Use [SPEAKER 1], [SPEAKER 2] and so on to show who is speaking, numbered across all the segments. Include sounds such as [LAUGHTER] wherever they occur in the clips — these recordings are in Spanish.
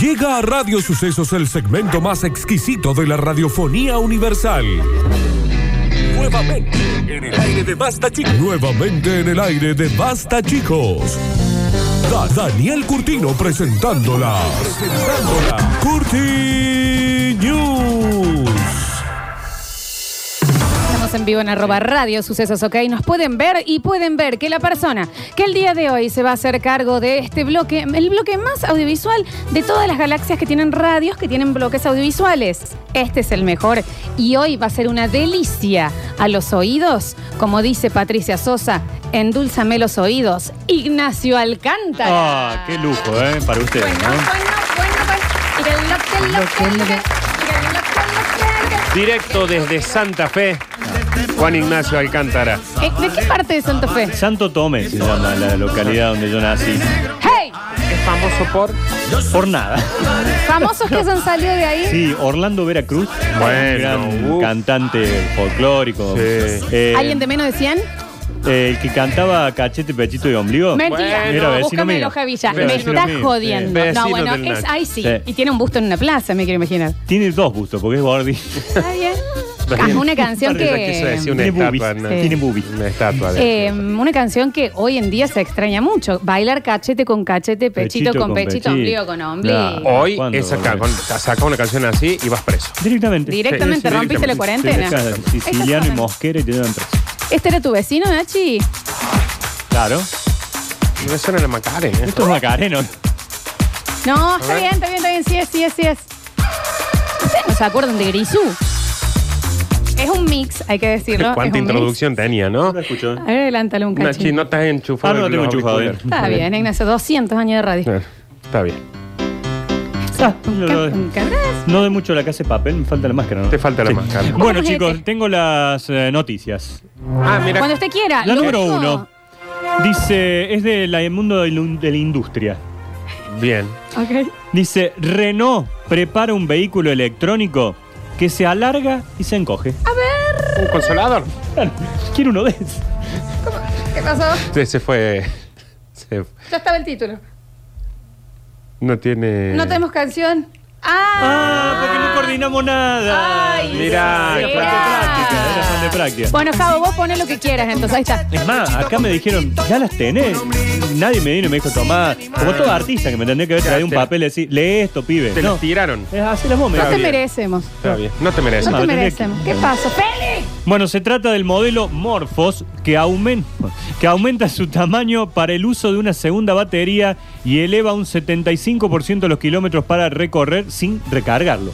[SPEAKER 1] Llega a Radio Sucesos el segmento más exquisito de la radiofonía universal. Nuevamente en el aire de Basta Chicos. Nuevamente en el aire de Basta Chicos. Da- Daniel Curtino presentándola. Presentándola. Curti News.
[SPEAKER 2] Estamos en vivo en arroba radio sucesos, ok. Nos pueden ver y pueden ver que la persona que el día de hoy se va a hacer cargo de este bloque, el bloque más audiovisual de todas las galaxias que tienen radios, que tienen bloques audiovisuales. Este es el mejor y hoy va a ser una delicia a los oídos, como dice Patricia Sosa, endulzame los oídos, Ignacio Alcántara.
[SPEAKER 3] Ah, qué lujo, ¿eh? Para ustedes,
[SPEAKER 2] Bueno, pues, bueno,
[SPEAKER 3] ¿no?
[SPEAKER 2] bueno, bueno. Loque, loque, loque, loque, loque.
[SPEAKER 4] Directo
[SPEAKER 2] eh,
[SPEAKER 4] desde Santa Fe, Juan Ignacio Alcántara.
[SPEAKER 2] Eh, ¿De qué parte de Santa Fe?
[SPEAKER 3] Santo Tomé se llama la localidad donde yo nací.
[SPEAKER 2] ¡Hey!
[SPEAKER 4] Es famoso por.
[SPEAKER 3] Por nada.
[SPEAKER 2] Famosos que se han salido de ahí.
[SPEAKER 3] Sí, Orlando Veracruz.
[SPEAKER 4] Bueno,
[SPEAKER 3] un gran
[SPEAKER 4] uf.
[SPEAKER 3] cantante folclórico.
[SPEAKER 4] Sí.
[SPEAKER 3] Eh,
[SPEAKER 2] ¿Alguien de menos de 100?
[SPEAKER 3] eh, el que cantaba Cachete, Pechito y Ombligo.
[SPEAKER 2] Mentira.
[SPEAKER 4] Bueno,
[SPEAKER 3] vecino
[SPEAKER 2] Búscame
[SPEAKER 3] mío.
[SPEAKER 2] el hoja Villa.
[SPEAKER 3] Era
[SPEAKER 2] Me
[SPEAKER 3] vecino
[SPEAKER 2] estás
[SPEAKER 3] mío, sí.
[SPEAKER 2] jodiendo.
[SPEAKER 4] Vecino
[SPEAKER 2] No, bueno,
[SPEAKER 4] del
[SPEAKER 2] es
[SPEAKER 4] Nacho.
[SPEAKER 2] ahí sí.
[SPEAKER 3] Sí.
[SPEAKER 2] Y tiene un busto en una plaza, me quiero imaginar.
[SPEAKER 3] Tiene dos bustos, porque es Gordy.
[SPEAKER 2] Está bien.
[SPEAKER 4] Bien.
[SPEAKER 2] Ah, una canción
[SPEAKER 4] Ella quiso decir
[SPEAKER 2] que.
[SPEAKER 4] una
[SPEAKER 3] Tiene
[SPEAKER 4] estatua.
[SPEAKER 3] boobies.
[SPEAKER 4] ¿no?
[SPEAKER 2] Sí.
[SPEAKER 3] Tiene boobies.
[SPEAKER 4] Una estatua. de-
[SPEAKER 2] eh, una canción que hoy en día se extraña mucho. Bailar cachete con cachete, pechito,
[SPEAKER 3] Pechito
[SPEAKER 2] con
[SPEAKER 3] con
[SPEAKER 2] pechito,
[SPEAKER 3] pechito.
[SPEAKER 2] ombligo con ombligo.
[SPEAKER 3] Nah.
[SPEAKER 4] Hoy
[SPEAKER 3] ¿Cuándo,
[SPEAKER 4] esa
[SPEAKER 3] boludo?
[SPEAKER 4] canción, saca una canción así y vas preso.
[SPEAKER 3] Directamente.
[SPEAKER 2] Directamente
[SPEAKER 4] Sí, sí,
[SPEAKER 2] rompiste la
[SPEAKER 4] directamente.
[SPEAKER 2] cuarentena.
[SPEAKER 3] Te dejan Siciliano y
[SPEAKER 2] Esas son-
[SPEAKER 3] Mosquera y te llevan preso.
[SPEAKER 2] ¿Este era tu vecino, Nachi?
[SPEAKER 3] Claro.
[SPEAKER 4] No suena la ¿eh? Macarena.
[SPEAKER 3] Esto es Macareno.
[SPEAKER 2] No, está bien, está bien, está bien. Sí es, sí es, sí es. ¿Ustedes no se acuerdan de Grisú? Es un mix, hay que decirlo. es
[SPEAKER 4] [LAUGHS] Cuánta
[SPEAKER 2] un mix.
[SPEAKER 4] introducción tenía, ¿no?
[SPEAKER 3] Lo escucho.
[SPEAKER 2] A ver, adelántale un
[SPEAKER 4] Nachi,
[SPEAKER 2] cachín.
[SPEAKER 4] no estás enchufado.
[SPEAKER 3] Ah, no,
[SPEAKER 4] en
[SPEAKER 3] tengo
[SPEAKER 4] los
[SPEAKER 3] enchufado,
[SPEAKER 4] auriculares.
[SPEAKER 3] bien.
[SPEAKER 2] Está bien, Ignacio, 200 años de radio.
[SPEAKER 4] Eh, Está bien.
[SPEAKER 3] Ah, lo- lo-
[SPEAKER 2] Cabras.
[SPEAKER 3] No de mucho la casa de papel, me falta la máscara, ¿no?
[SPEAKER 4] Te falta la
[SPEAKER 3] Sí.
[SPEAKER 4] máscara.
[SPEAKER 3] Bueno,
[SPEAKER 2] Ojete.
[SPEAKER 3] chicos, tengo las eh, noticias.
[SPEAKER 4] Ah, mira.
[SPEAKER 2] Cuando usted quiera.
[SPEAKER 3] La
[SPEAKER 2] lo
[SPEAKER 3] número
[SPEAKER 2] único-
[SPEAKER 3] uno. Dice, es del mundo de la- de la industria.
[SPEAKER 4] Bien.
[SPEAKER 2] Ok.
[SPEAKER 3] Dice, Renault prepara un vehículo electrónico que se alarga y se encoge. [LAUGHS]
[SPEAKER 4] Un consolador.
[SPEAKER 3] Quiero uno de esos.
[SPEAKER 2] ¿Qué pasó?
[SPEAKER 4] Sí, Se fue. se-
[SPEAKER 2] Ya estaba el título.
[SPEAKER 3] Eh.
[SPEAKER 4] No tiene.
[SPEAKER 2] No tenemos canción.
[SPEAKER 3] Ah, porque no coordinamos nada.
[SPEAKER 2] Ay,
[SPEAKER 4] Mirá,
[SPEAKER 3] era falta
[SPEAKER 4] mirá.
[SPEAKER 3] de práctica, era falta de práctica.
[SPEAKER 2] Bueno, Cabo, vos poné lo que quieras, entonces ahí está.
[SPEAKER 3] Es más, acá me dijeron, ¿ya las tenés? Nadie me vino y me dijo, tomá. Como todo artista que me tendría que haber
[SPEAKER 4] Ya,
[SPEAKER 3] traído un
[SPEAKER 4] te-
[SPEAKER 3] papel y decir, lee esto, pibe.
[SPEAKER 4] Te
[SPEAKER 3] no,
[SPEAKER 4] las tiraron.
[SPEAKER 3] es así las vos, me
[SPEAKER 2] No te
[SPEAKER 3] dijeron.
[SPEAKER 4] bien.
[SPEAKER 2] merecemos.
[SPEAKER 4] Está bien. No te mereces.
[SPEAKER 2] No
[SPEAKER 3] Ah,
[SPEAKER 2] te
[SPEAKER 3] lo tenía
[SPEAKER 2] merecemos.
[SPEAKER 3] aquí.
[SPEAKER 2] ¿Qué pasó? ¡Félix!
[SPEAKER 3] Bueno, se trata del modelo Morphos que, aumen- que aumenta su tamaño para el uso de una segunda batería y eleva un 75% los kilómetros para recorrer sin recargarlo.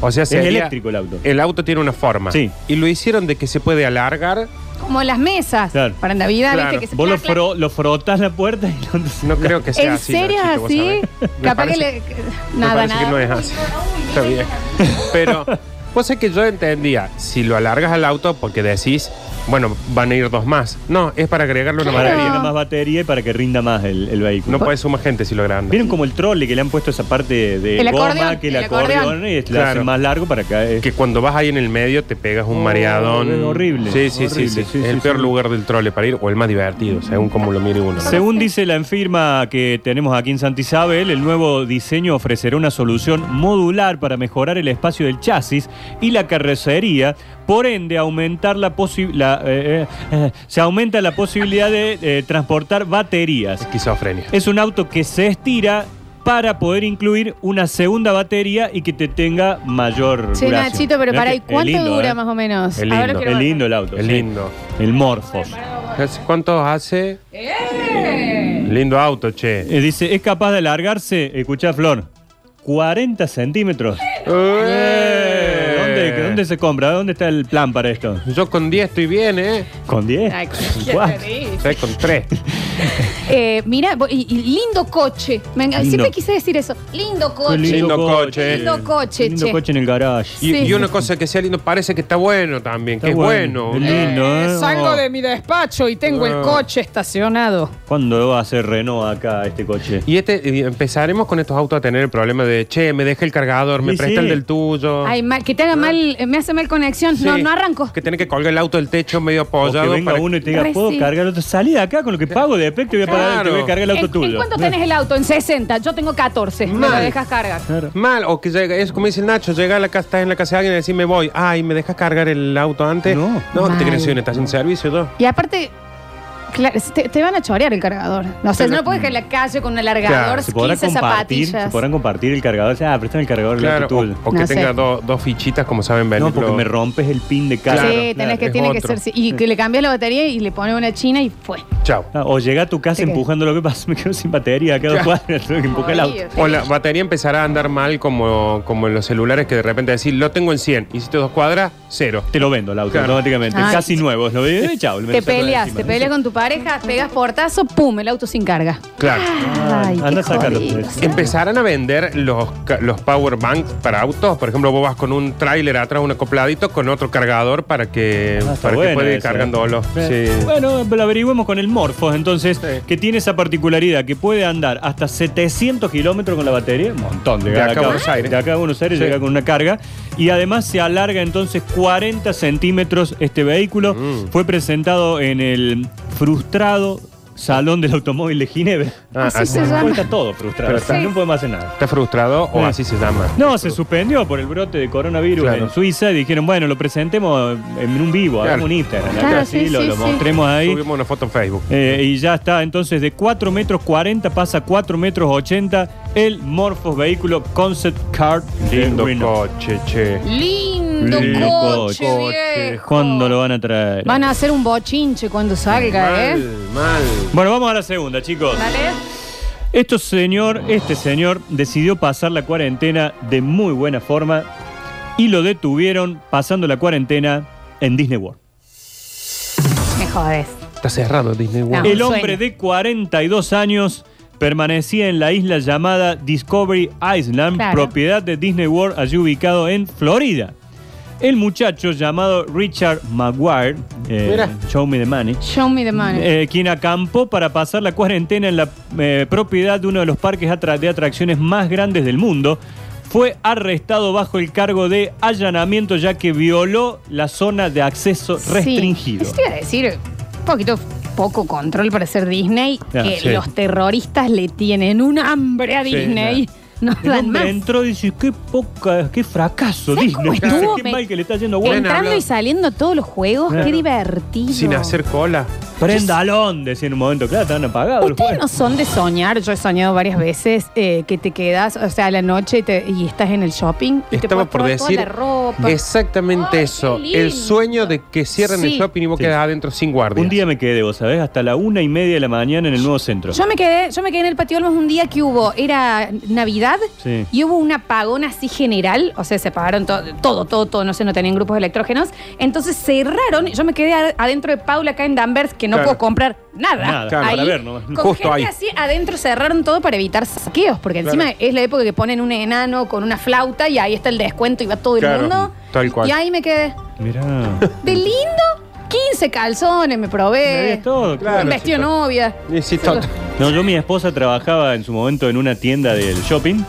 [SPEAKER 4] O sea, sería-
[SPEAKER 3] eléctrico el auto.
[SPEAKER 4] El auto tiene una forma.
[SPEAKER 3] Sí.
[SPEAKER 4] Y lo hicieron de que se puede alargar.
[SPEAKER 2] Como las mesas.
[SPEAKER 3] Claro.
[SPEAKER 2] Para Navidad,
[SPEAKER 4] Claro.
[SPEAKER 2] viste que se
[SPEAKER 3] Vos lo,
[SPEAKER 2] clac, clac.
[SPEAKER 3] fro- lo frotás la puerta y [LAUGHS] lo-
[SPEAKER 4] No creo que sea
[SPEAKER 2] ¿En
[SPEAKER 4] así.
[SPEAKER 2] serio es
[SPEAKER 4] Nachito, vos
[SPEAKER 2] así?
[SPEAKER 4] sabés. Me
[SPEAKER 2] Capaz que
[SPEAKER 4] parece-
[SPEAKER 2] le. eh,
[SPEAKER 4] me
[SPEAKER 2] Nada,
[SPEAKER 4] parece que no
[SPEAKER 2] nada.
[SPEAKER 4] es así. Está bien. Pero, vos sabés que yo entendía, si lo alargas al auto, porque decís, bueno, van a ir dos más. No, es para agregarle una
[SPEAKER 3] para que
[SPEAKER 4] batería.
[SPEAKER 3] tenga más batería y para que rinda más el, el vehículo.
[SPEAKER 4] No puede sumar gente si lo agrandas.
[SPEAKER 3] ¿Vieron como el trole que le han puesto esa parte de
[SPEAKER 2] El
[SPEAKER 3] goma
[SPEAKER 2] acordeón,
[SPEAKER 3] que el,
[SPEAKER 2] el
[SPEAKER 3] acordeón,
[SPEAKER 2] acordeón.
[SPEAKER 3] y la
[SPEAKER 4] Claro.
[SPEAKER 3] hace más largo para eh. que
[SPEAKER 4] Que cuando vas ahí en el medio te pegas un
[SPEAKER 3] Oh,
[SPEAKER 4] mareadón.
[SPEAKER 3] es horrible,
[SPEAKER 4] Sí, sí, sí,
[SPEAKER 3] horrible,
[SPEAKER 4] sí.
[SPEAKER 3] sí,
[SPEAKER 4] Es el
[SPEAKER 3] sí,
[SPEAKER 4] peor
[SPEAKER 3] sí.
[SPEAKER 4] lugar del trole para ir, o el más divertido, según como lo mire uno. ¿no?
[SPEAKER 3] Según dice la firma que tenemos aquí en Santa Isabel, el nuevo diseño ofrecerá una solución modular para mejorar el espacio del chasis y la carrocería, por ende aumentar la posibilidad, se aumenta la posibilidad de eh, transportar baterías.
[SPEAKER 4] Esquizofrenia.
[SPEAKER 3] Es un auto que se estira para poder incluir una segunda batería y que te tenga mayor
[SPEAKER 2] Che,
[SPEAKER 3] duración.
[SPEAKER 2] Nachito, pero
[SPEAKER 3] Mirá
[SPEAKER 2] para
[SPEAKER 3] que
[SPEAKER 2] ¿y
[SPEAKER 3] es
[SPEAKER 2] cuánto
[SPEAKER 3] lindo,
[SPEAKER 2] dura
[SPEAKER 3] eh?
[SPEAKER 2] más o menos?
[SPEAKER 4] Es
[SPEAKER 2] Ahora
[SPEAKER 4] lindo.
[SPEAKER 2] quiero
[SPEAKER 3] Es
[SPEAKER 2] ver.
[SPEAKER 3] lindo el auto.
[SPEAKER 4] Es
[SPEAKER 3] sí.
[SPEAKER 4] lindo.
[SPEAKER 3] El Morfos.
[SPEAKER 4] ¿Cuántos hace? Lindo auto, che.
[SPEAKER 3] Eh, dice, es capaz de alargarse, escuchá Flor, 40 centímetros. Eh, ¿Dónde, ¿Dónde se compra? ¿Dónde está el plan para esto?
[SPEAKER 4] Yo con 10 estoy bien, ¿eh?
[SPEAKER 3] ¿Con 10?
[SPEAKER 2] Ay,
[SPEAKER 4] [LAUGHS]
[SPEAKER 2] con
[SPEAKER 3] Guau.
[SPEAKER 4] Estoy con 3.
[SPEAKER 2] Eh, mira, bo- y- y lindo coche. Me enga-
[SPEAKER 3] Lindo.
[SPEAKER 2] Siempre quise decir eso. Lindo coche.
[SPEAKER 3] Qué
[SPEAKER 4] Lindo coche.
[SPEAKER 2] Lindo coche,
[SPEAKER 3] Lindo
[SPEAKER 2] che.
[SPEAKER 3] coche en el garage.
[SPEAKER 4] Y,
[SPEAKER 2] Sí.
[SPEAKER 4] y una cosa que sea lindo, parece que está bueno también,
[SPEAKER 3] Está
[SPEAKER 4] que es
[SPEAKER 3] Es
[SPEAKER 4] bueno.
[SPEAKER 3] lindo, ¿eh? Oh.
[SPEAKER 2] mi despacho y tengo
[SPEAKER 4] Ah.
[SPEAKER 2] estacionado.
[SPEAKER 3] ¿Cuándo va a ser Renault acá este coche?
[SPEAKER 4] Y este y empezaremos con estos autos a tener el problema de, che, me deja el cargador, me
[SPEAKER 3] Y
[SPEAKER 4] presta
[SPEAKER 3] sí.
[SPEAKER 4] el del tuyo.
[SPEAKER 2] Ay, mal- que te haga mal, eh, eh, me hace mal conexión, no,
[SPEAKER 4] Ah. Sí.
[SPEAKER 2] no arranco.
[SPEAKER 4] Que tiene que colgar el auto del techo medio
[SPEAKER 3] O que
[SPEAKER 4] apoyado.
[SPEAKER 3] venga
[SPEAKER 4] para-
[SPEAKER 3] uno y te diga,
[SPEAKER 2] Re
[SPEAKER 3] ¿puedo
[SPEAKER 2] sí.
[SPEAKER 3] cargar el otro? Salí de acá con lo que pago de efecto y voy a, pagar, te voy a cargar el
[SPEAKER 2] ¿En,
[SPEAKER 3] auto tuyo.
[SPEAKER 2] ¿En cuánto tenés el auto? En 60. Yo tengo 14. Me lo
[SPEAKER 4] Ah. Mal.
[SPEAKER 2] dejas cargar.
[SPEAKER 3] Claro.
[SPEAKER 4] Mal, o que llega, es como dice el Nacho, llega a la casa, estás en la casa de alguien y decís, me voy. Ay, ¿me dejas cargar el auto antes?
[SPEAKER 3] No.
[SPEAKER 4] No,
[SPEAKER 2] Mal.
[SPEAKER 4] te crees que soy una estación de servicio yo.
[SPEAKER 2] Y aparte, claro, te, te van a chorear el cargador. O sea,
[SPEAKER 4] Pero-
[SPEAKER 2] no puedes que en la calle con un alargador,
[SPEAKER 4] Claro,
[SPEAKER 3] Se podrá
[SPEAKER 2] 15
[SPEAKER 3] compartir, se
[SPEAKER 2] zapatillas.
[SPEAKER 3] podrán compartir el cargador. O sea, Ah, préstame el cargador del
[SPEAKER 4] Claro,
[SPEAKER 3] auto
[SPEAKER 4] o,
[SPEAKER 3] tuyo.
[SPEAKER 4] o que
[SPEAKER 2] No sé.
[SPEAKER 4] tenga do- dos fichitas, como saben, venir.
[SPEAKER 3] No, porque me rompes el pin de carga.
[SPEAKER 2] sí,
[SPEAKER 4] Claro,
[SPEAKER 2] tenés
[SPEAKER 4] claro,
[SPEAKER 2] que,
[SPEAKER 4] es
[SPEAKER 2] tiene que
[SPEAKER 4] otro.
[SPEAKER 2] ser. sí. Y que le cambias la batería y le pones una china y fue.
[SPEAKER 4] Chao.
[SPEAKER 3] Ah, O llega a tu casa
[SPEAKER 2] Sí que-
[SPEAKER 3] empujando lo que pasa, [LAUGHS] me quedo sin batería, cada
[SPEAKER 4] Claro.
[SPEAKER 3] cuadra, tengo que empujar el auto.
[SPEAKER 4] O la batería empezará a andar mal como, como en los celulares que de repente decís, lo tengo en 100, hiciste dos cuadras, cero.
[SPEAKER 3] Te lo vendo el auto
[SPEAKER 4] Claro.
[SPEAKER 3] automáticamente.
[SPEAKER 2] Ay.
[SPEAKER 3] Casi nuevo. Lo veo [LAUGHS] y chao.
[SPEAKER 2] Te
[SPEAKER 3] me lo saco de
[SPEAKER 2] peleas,
[SPEAKER 3] encima.
[SPEAKER 2] te peleas con tu pareja, pegas portazo, pum, el auto sin carga.
[SPEAKER 4] Claro.
[SPEAKER 3] Ah,
[SPEAKER 2] Ay,
[SPEAKER 3] anda
[SPEAKER 2] qué
[SPEAKER 3] a sacarlo.
[SPEAKER 2] jodido.
[SPEAKER 4] Empezarán a vender los, ca- los power banks para autos. Por ejemplo, vos vas con un tráiler atrás, un acopladito, con otro cargador para que,
[SPEAKER 3] Ah, está
[SPEAKER 4] para que
[SPEAKER 3] buena
[SPEAKER 4] pueda ir
[SPEAKER 3] esa.
[SPEAKER 4] cargándolo.
[SPEAKER 3] Eh,
[SPEAKER 4] Sí.
[SPEAKER 3] Bueno, lo averigüemos con el Morfos, entonces,
[SPEAKER 4] Sí.
[SPEAKER 3] que tiene esa particularidad que puede andar hasta 700 kilómetros con la batería, un montón.
[SPEAKER 4] De acá a Buenos Aires.
[SPEAKER 3] De acá a Buenos Aires
[SPEAKER 4] Sí.
[SPEAKER 3] llega con una carga. Y además se alarga entonces 40 centímetros este vehículo.
[SPEAKER 4] Mm.
[SPEAKER 3] Fue presentado en el frustrado Salón del Automóvil de Ginebra.
[SPEAKER 4] Ah,
[SPEAKER 2] Así
[SPEAKER 4] ah,
[SPEAKER 2] se
[SPEAKER 4] sí.
[SPEAKER 2] llama.
[SPEAKER 3] Cuesta todo frustrado,
[SPEAKER 4] Pero está-
[SPEAKER 3] no podemos hacer nada.
[SPEAKER 4] ¿Está frustrado
[SPEAKER 3] Sí.
[SPEAKER 4] o así se llama?
[SPEAKER 3] No, se suspendió por el brote de coronavirus
[SPEAKER 4] Claro.
[SPEAKER 3] en Suiza y dijeron, bueno, lo presentemos en un vivo,
[SPEAKER 4] Claro.
[SPEAKER 3] hagamos un Instagram, acá,
[SPEAKER 2] Claro,
[SPEAKER 3] así,
[SPEAKER 2] sí,
[SPEAKER 3] lo,
[SPEAKER 2] sí,
[SPEAKER 3] lo
[SPEAKER 2] sí.
[SPEAKER 3] mostremos ahí.
[SPEAKER 4] Subimos una foto en Facebook.
[SPEAKER 3] Eh, y ya está, entonces de 4 metros 40 pasa a 4 metros 80 el Morphos Vehículo Concept Car de
[SPEAKER 4] Lindo
[SPEAKER 3] Renault.
[SPEAKER 4] coche, che.
[SPEAKER 2] Lindo
[SPEAKER 3] Lindo
[SPEAKER 2] coche,
[SPEAKER 4] coche.
[SPEAKER 2] viejo.
[SPEAKER 3] ¿Cuándo lo van a traer?
[SPEAKER 2] Van a hacer un bochinche cuando salga, ¿eh?
[SPEAKER 4] mal.
[SPEAKER 3] Bueno, vamos a la segunda, chicos.
[SPEAKER 2] ¿Vale?
[SPEAKER 3] Esto señor, este señor decidió pasar la cuarentena de muy buena forma y lo detuvieron pasando la cuarentena en Disney World.
[SPEAKER 2] Me jodes.
[SPEAKER 4] Está cerrado Disney World.
[SPEAKER 2] No.
[SPEAKER 3] El hombre
[SPEAKER 2] Ah, sueño.
[SPEAKER 3] de 42 años permanecía en la isla llamada Discovery Island,
[SPEAKER 2] Claro.
[SPEAKER 3] propiedad de Disney World, allí ubicado en Florida. El muchacho llamado Richard Maguire, eh,
[SPEAKER 4] Mira.
[SPEAKER 3] Show Me the Money,
[SPEAKER 2] Show me the money.
[SPEAKER 3] eh, quien acampó para pasar la cuarentena en la eh, propiedad de uno de los parques atra- de atracciones más grandes del mundo, fue arrestado bajo el cargo de allanamiento ya que violó la zona de acceso
[SPEAKER 2] Sí. Este
[SPEAKER 3] restringido.
[SPEAKER 2] Eso te iba a decir, un poquito poco control para ser Disney,
[SPEAKER 3] Ah,
[SPEAKER 2] que
[SPEAKER 4] sí.
[SPEAKER 2] los terroristas le tienen un hambre a
[SPEAKER 3] Sí,
[SPEAKER 2] Disney. No
[SPEAKER 3] El
[SPEAKER 2] dan
[SPEAKER 3] hombre
[SPEAKER 2] más.
[SPEAKER 3] entró y dice, qué poca, qué fracaso
[SPEAKER 2] ¿Sabes
[SPEAKER 3] Disney.
[SPEAKER 2] cómo estuvo?
[SPEAKER 3] Qué
[SPEAKER 2] Me-
[SPEAKER 3] mal que le está yendo a
[SPEAKER 4] Bueno,
[SPEAKER 3] Warner.
[SPEAKER 2] Entrando
[SPEAKER 4] habló.
[SPEAKER 2] y saliendo a todos los juegos,
[SPEAKER 3] Claro.
[SPEAKER 2] qué divertido.
[SPEAKER 4] Sin hacer cola.
[SPEAKER 3] Prenda al on, decía en un momento, claro, estaban apagados los
[SPEAKER 2] Ustedes no
[SPEAKER 3] juegos.
[SPEAKER 2] son de soñar, yo he soñado varias veces eh, que te quedas, o sea, a la noche y, te- y estás en el shopping y te
[SPEAKER 4] Estaba
[SPEAKER 2] puedes
[SPEAKER 4] por
[SPEAKER 2] probar toda
[SPEAKER 4] decir,
[SPEAKER 2] la ropa.
[SPEAKER 4] Exactamente
[SPEAKER 2] Ay,
[SPEAKER 4] eso.
[SPEAKER 2] qué lindo.
[SPEAKER 4] El sueño de que cierren
[SPEAKER 2] Sí.
[SPEAKER 4] el shopping y vos
[SPEAKER 3] Sí.
[SPEAKER 4] quedás adentro sin guardia.
[SPEAKER 3] Un día me quedé, vos sabés, hasta la una y media de la mañana en el nuevo centro.
[SPEAKER 2] Yo me quedé, yo me quedé en el patio Olmos un día que hubo, era Navidad
[SPEAKER 3] Sí.
[SPEAKER 2] y hubo un apagón así general, o sea, se apagaron to- todo, todo, todo, no sé, no tenían grupos electrógenos. Entonces cerraron, yo me quedé a- adentro de Paula acá en Danvers, que no
[SPEAKER 4] Claro.
[SPEAKER 2] puedo comprar nada.
[SPEAKER 3] Nada, claro, para ver nomás.
[SPEAKER 2] Con
[SPEAKER 4] Justo
[SPEAKER 2] gente
[SPEAKER 4] ahí.
[SPEAKER 2] así adentro cerraron todo para evitar saqueos, porque
[SPEAKER 4] Claro.
[SPEAKER 2] encima es la época que ponen un enano con una flauta y ahí está el descuento y va todo el
[SPEAKER 4] Claro,
[SPEAKER 2] mundo.
[SPEAKER 4] tal cual. Mm.
[SPEAKER 2] Y ahí me quedé. [LAUGHS]
[SPEAKER 3] Mirá.
[SPEAKER 2] De lindo, 15 calzones me probé.
[SPEAKER 3] Me ves todo,
[SPEAKER 4] claro,
[SPEAKER 2] un vestido
[SPEAKER 4] sí, todo.
[SPEAKER 2] novia.
[SPEAKER 4] Y sí, todo.
[SPEAKER 3] [LAUGHS] No, yo mi esposa trabajaba en su momento en una tienda del shopping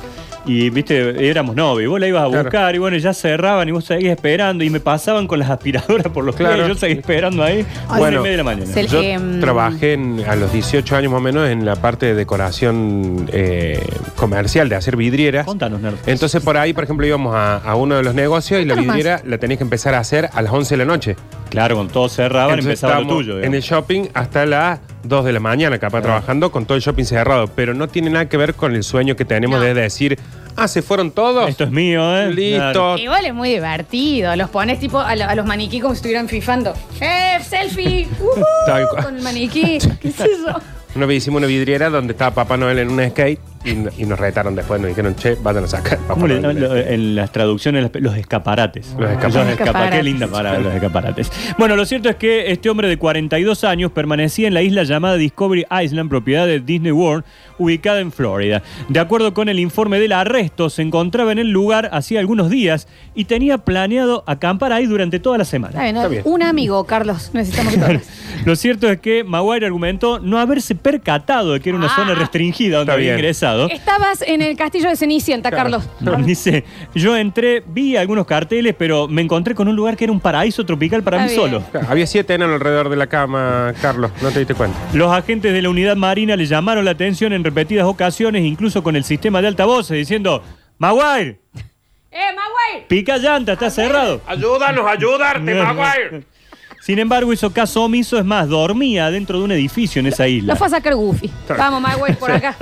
[SPEAKER 3] y viste, éramos novios, y vos la ibas a
[SPEAKER 4] Claro.
[SPEAKER 3] buscar y bueno, ya cerraban y vos seguías esperando y me pasaban con las aspiradoras por los
[SPEAKER 4] Claro.
[SPEAKER 3] pies y yo seguía esperando ahí una
[SPEAKER 4] Bueno,
[SPEAKER 3] y media de la mañana.
[SPEAKER 2] se- El,
[SPEAKER 4] Yo
[SPEAKER 2] em,
[SPEAKER 4] trabajé en- a los 18 años más o menos en la parte de decoración eh, comercial, de hacer vidrieras.
[SPEAKER 3] Contanos, Nerd.
[SPEAKER 4] Entonces por ahí, por ejemplo, íbamos a, a uno de los negocios y la
[SPEAKER 2] Contanos más.
[SPEAKER 4] vidriera la tenías que empezar a hacer a las 11 de la noche.
[SPEAKER 3] Claro, cuando todos cerraban
[SPEAKER 4] Entonces
[SPEAKER 3] empezaba lo
[SPEAKER 4] estábamos
[SPEAKER 3] tuyo.
[SPEAKER 4] en
[SPEAKER 3] digamos.
[SPEAKER 4] el shopping hasta las 2 de la mañana, capaz trabajando con todo el shopping cerrado, pero no tiene nada que ver con el sueño que tenemos
[SPEAKER 2] No.
[SPEAKER 4] de decir, ah, se fueron todos.
[SPEAKER 3] Esto es mío, ¿eh?
[SPEAKER 4] Listo.
[SPEAKER 2] Igual es muy divertido. Los pones tipo a, lo- a los maniquí como si estuvieran fifando. ¡Eh, selfie! [LAUGHS] ¡Uhú!
[SPEAKER 4] Tal cual.
[SPEAKER 2] Con el [LAUGHS] maniquí. ¿Qué es eso?
[SPEAKER 4] Una vez hicimos una vidriera donde estaba Papá Noel en un skate y, y nos retaron después, nos dijeron, che, vayan a sacar. Papá
[SPEAKER 3] ¿Cómo le-
[SPEAKER 4] Noel".
[SPEAKER 3] lo- en las traducciones, las- los escaparates.
[SPEAKER 4] Los escaparates.
[SPEAKER 3] Los escapa- Qué
[SPEAKER 2] Escaparates.
[SPEAKER 3] linda palabra, los escaparates. Bueno, lo cierto es que este hombre de 42 años permanecía en la isla llamada Discovery Island, propiedad de Disney World, ubicada en Florida. De acuerdo con el informe del arresto, se encontraba en el lugar hacía algunos días y tenía planeado acampar ahí durante toda la semana.
[SPEAKER 2] Está bien, ¿no?
[SPEAKER 4] Está bien.
[SPEAKER 2] Un amigo, Carlos. Necesitamos que todos.
[SPEAKER 3] Lo cierto es que Maguire argumentó no haberse percatado de que era una
[SPEAKER 2] Ah.
[SPEAKER 3] zona restringida donde
[SPEAKER 4] Está
[SPEAKER 3] había
[SPEAKER 4] bien.
[SPEAKER 3] ingresado. lado.
[SPEAKER 2] Estabas en el castillo de Cenicienta,
[SPEAKER 4] Claro.
[SPEAKER 2] Carlos. [LAUGHS]
[SPEAKER 3] Dice, yo entré, vi algunos carteles, pero me encontré con un lugar que era un paraíso tropical para
[SPEAKER 2] Está
[SPEAKER 3] mí
[SPEAKER 2] bien.
[SPEAKER 3] solo.
[SPEAKER 4] Había siete enanos alrededor de la cama, Carlos, no te diste cuenta.
[SPEAKER 3] Los agentes de la unidad marina le llamaron la atención en repetidas ocasiones, incluso con el sistema de altavoces, diciendo, Maguire,
[SPEAKER 2] ¡Eh, Maguire!
[SPEAKER 3] pica llanta, está cerrado.
[SPEAKER 4] Ayúdanos, ayúdarte, Maguire.
[SPEAKER 3] Sin embargo, hizo caso omiso, es más, dormía dentro de un edificio en esa
[SPEAKER 2] Lo
[SPEAKER 3] isla.
[SPEAKER 2] fue a sacar Goofy. Vamos, Maguire, por
[SPEAKER 4] [LAUGHS]
[SPEAKER 2] acá.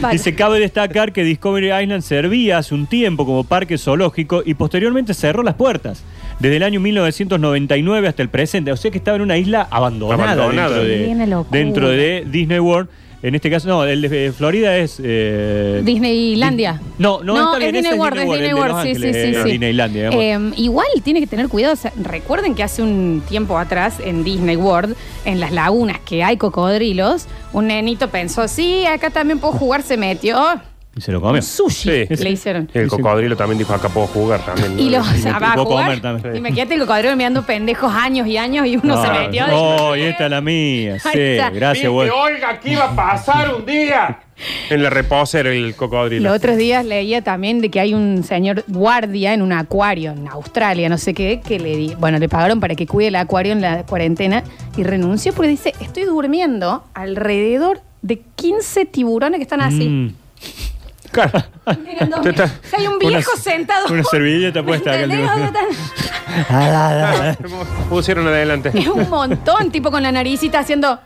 [SPEAKER 2] Vale.
[SPEAKER 3] Dice, cabe destacar que Discovery Island servía hace un tiempo como parque zoológico y posteriormente cerró las puertas. Desde el año 1999 hasta el presente. O sea que estaba en una isla abandonada,
[SPEAKER 4] Abandonada.
[SPEAKER 2] Sí,
[SPEAKER 3] Dentro,
[SPEAKER 2] una
[SPEAKER 3] de,
[SPEAKER 2] locura.
[SPEAKER 3] dentro de Disney World. En este caso, no, el de eh, Florida es... eh,
[SPEAKER 2] Disneylandia.
[SPEAKER 3] Di- No, no, está bien,
[SPEAKER 2] es
[SPEAKER 3] ese
[SPEAKER 2] Disney
[SPEAKER 3] es
[SPEAKER 2] World, es
[SPEAKER 3] Disney
[SPEAKER 2] Disney
[SPEAKER 3] World,
[SPEAKER 2] World, sí,
[SPEAKER 3] el
[SPEAKER 2] sí, sí.
[SPEAKER 3] de Los Ángeles,
[SPEAKER 2] sí.
[SPEAKER 3] eh, Disneylandia, digamos.
[SPEAKER 2] Eh, igual tiene que tener cuidado. o sea, recuerden que hace un tiempo atrás en Disney World, en las lagunas que hay cocodrilos, un nenito pensó, sí, acá también puedo jugar, se metió.
[SPEAKER 3] y se lo comió.
[SPEAKER 2] Un sushi
[SPEAKER 4] Sí.
[SPEAKER 2] le
[SPEAKER 3] [LAUGHS]
[SPEAKER 2] hicieron.
[SPEAKER 4] El cocodrilo también dijo, acá puedo jugar también.
[SPEAKER 2] Y los
[SPEAKER 3] me
[SPEAKER 2] va [LAUGHS] a
[SPEAKER 3] tocó
[SPEAKER 2] jugar.
[SPEAKER 3] comer también.
[SPEAKER 2] Y me quedé el cocodrilo mirando pendejos años y años y uno
[SPEAKER 3] No,
[SPEAKER 2] se metió.
[SPEAKER 3] oh, y esta es la mía. Sí,
[SPEAKER 2] Ahí está.
[SPEAKER 3] gracias, güey.
[SPEAKER 4] Oiga, aquí iba a pasar un día. En la reposera el
[SPEAKER 2] Los
[SPEAKER 4] cocodrilo.
[SPEAKER 2] otros días leía también de que hay un señor guardia en un acuario en Australia, no sé qué, que le di, bueno, le pagaron para que cuide el acuario en la cuarentena y renunció porque dice, estoy durmiendo alrededor de 15 tiburones que están así.
[SPEAKER 3] Mm.
[SPEAKER 4] Claro.
[SPEAKER 2] Miren, dos-
[SPEAKER 4] Tú estás-
[SPEAKER 2] o sea, hay un viejo
[SPEAKER 3] una-
[SPEAKER 2] sentado.
[SPEAKER 3] una servilleta
[SPEAKER 2] ¿Me
[SPEAKER 3] puesta acá, el
[SPEAKER 2] entendés?
[SPEAKER 3] tiburón.
[SPEAKER 2] Otro
[SPEAKER 4] Pusieron adelante.
[SPEAKER 2] tan- [LAUGHS] Es un montón, tipo con la naricita haciendo,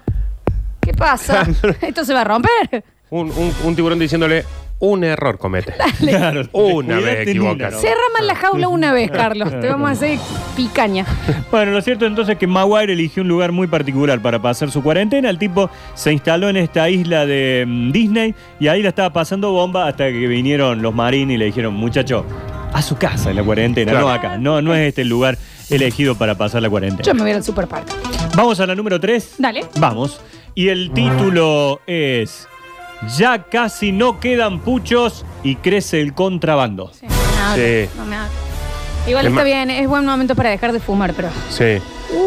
[SPEAKER 2] ¿qué
[SPEAKER 3] [LAUGHS]
[SPEAKER 2] pasa? ¿Esto se va a romper?
[SPEAKER 4] Un, un- un tiburón diciéndole, un error comete.
[SPEAKER 3] [LAUGHS] Claro,
[SPEAKER 4] Una
[SPEAKER 3] cuidaste
[SPEAKER 4] vez
[SPEAKER 3] en una,
[SPEAKER 4] equivocas.
[SPEAKER 3] ¿no?
[SPEAKER 2] Cerra más la jaula una
[SPEAKER 3] [LAUGHS]
[SPEAKER 2] vez, Carlos. Te vamos a hacer picaña.
[SPEAKER 3] Bueno, lo cierto entonces es que Maguire eligió un lugar muy particular para pasar su cuarentena. El tipo se instaló en esta isla de mm, Disney y ahí la estaba pasando bomba hasta que vinieron los marines y le dijeron, muchacho, a su casa en la cuarentena,
[SPEAKER 4] Claro.
[SPEAKER 3] no acá. No, no es este el lugar elegido para pasar la cuarentena.
[SPEAKER 2] Yo me voy al superpark.
[SPEAKER 3] Vamos a la número 3.
[SPEAKER 2] Dale.
[SPEAKER 3] Vamos. Y el título es Ya casi no quedan puchos y crece el contrabando.
[SPEAKER 2] Sí, no,
[SPEAKER 4] Sí.
[SPEAKER 2] no me hagas. Igual
[SPEAKER 4] Es
[SPEAKER 2] está
[SPEAKER 4] ma-
[SPEAKER 2] bien, es buen momento para dejar de fumar, pero.
[SPEAKER 4] Sí.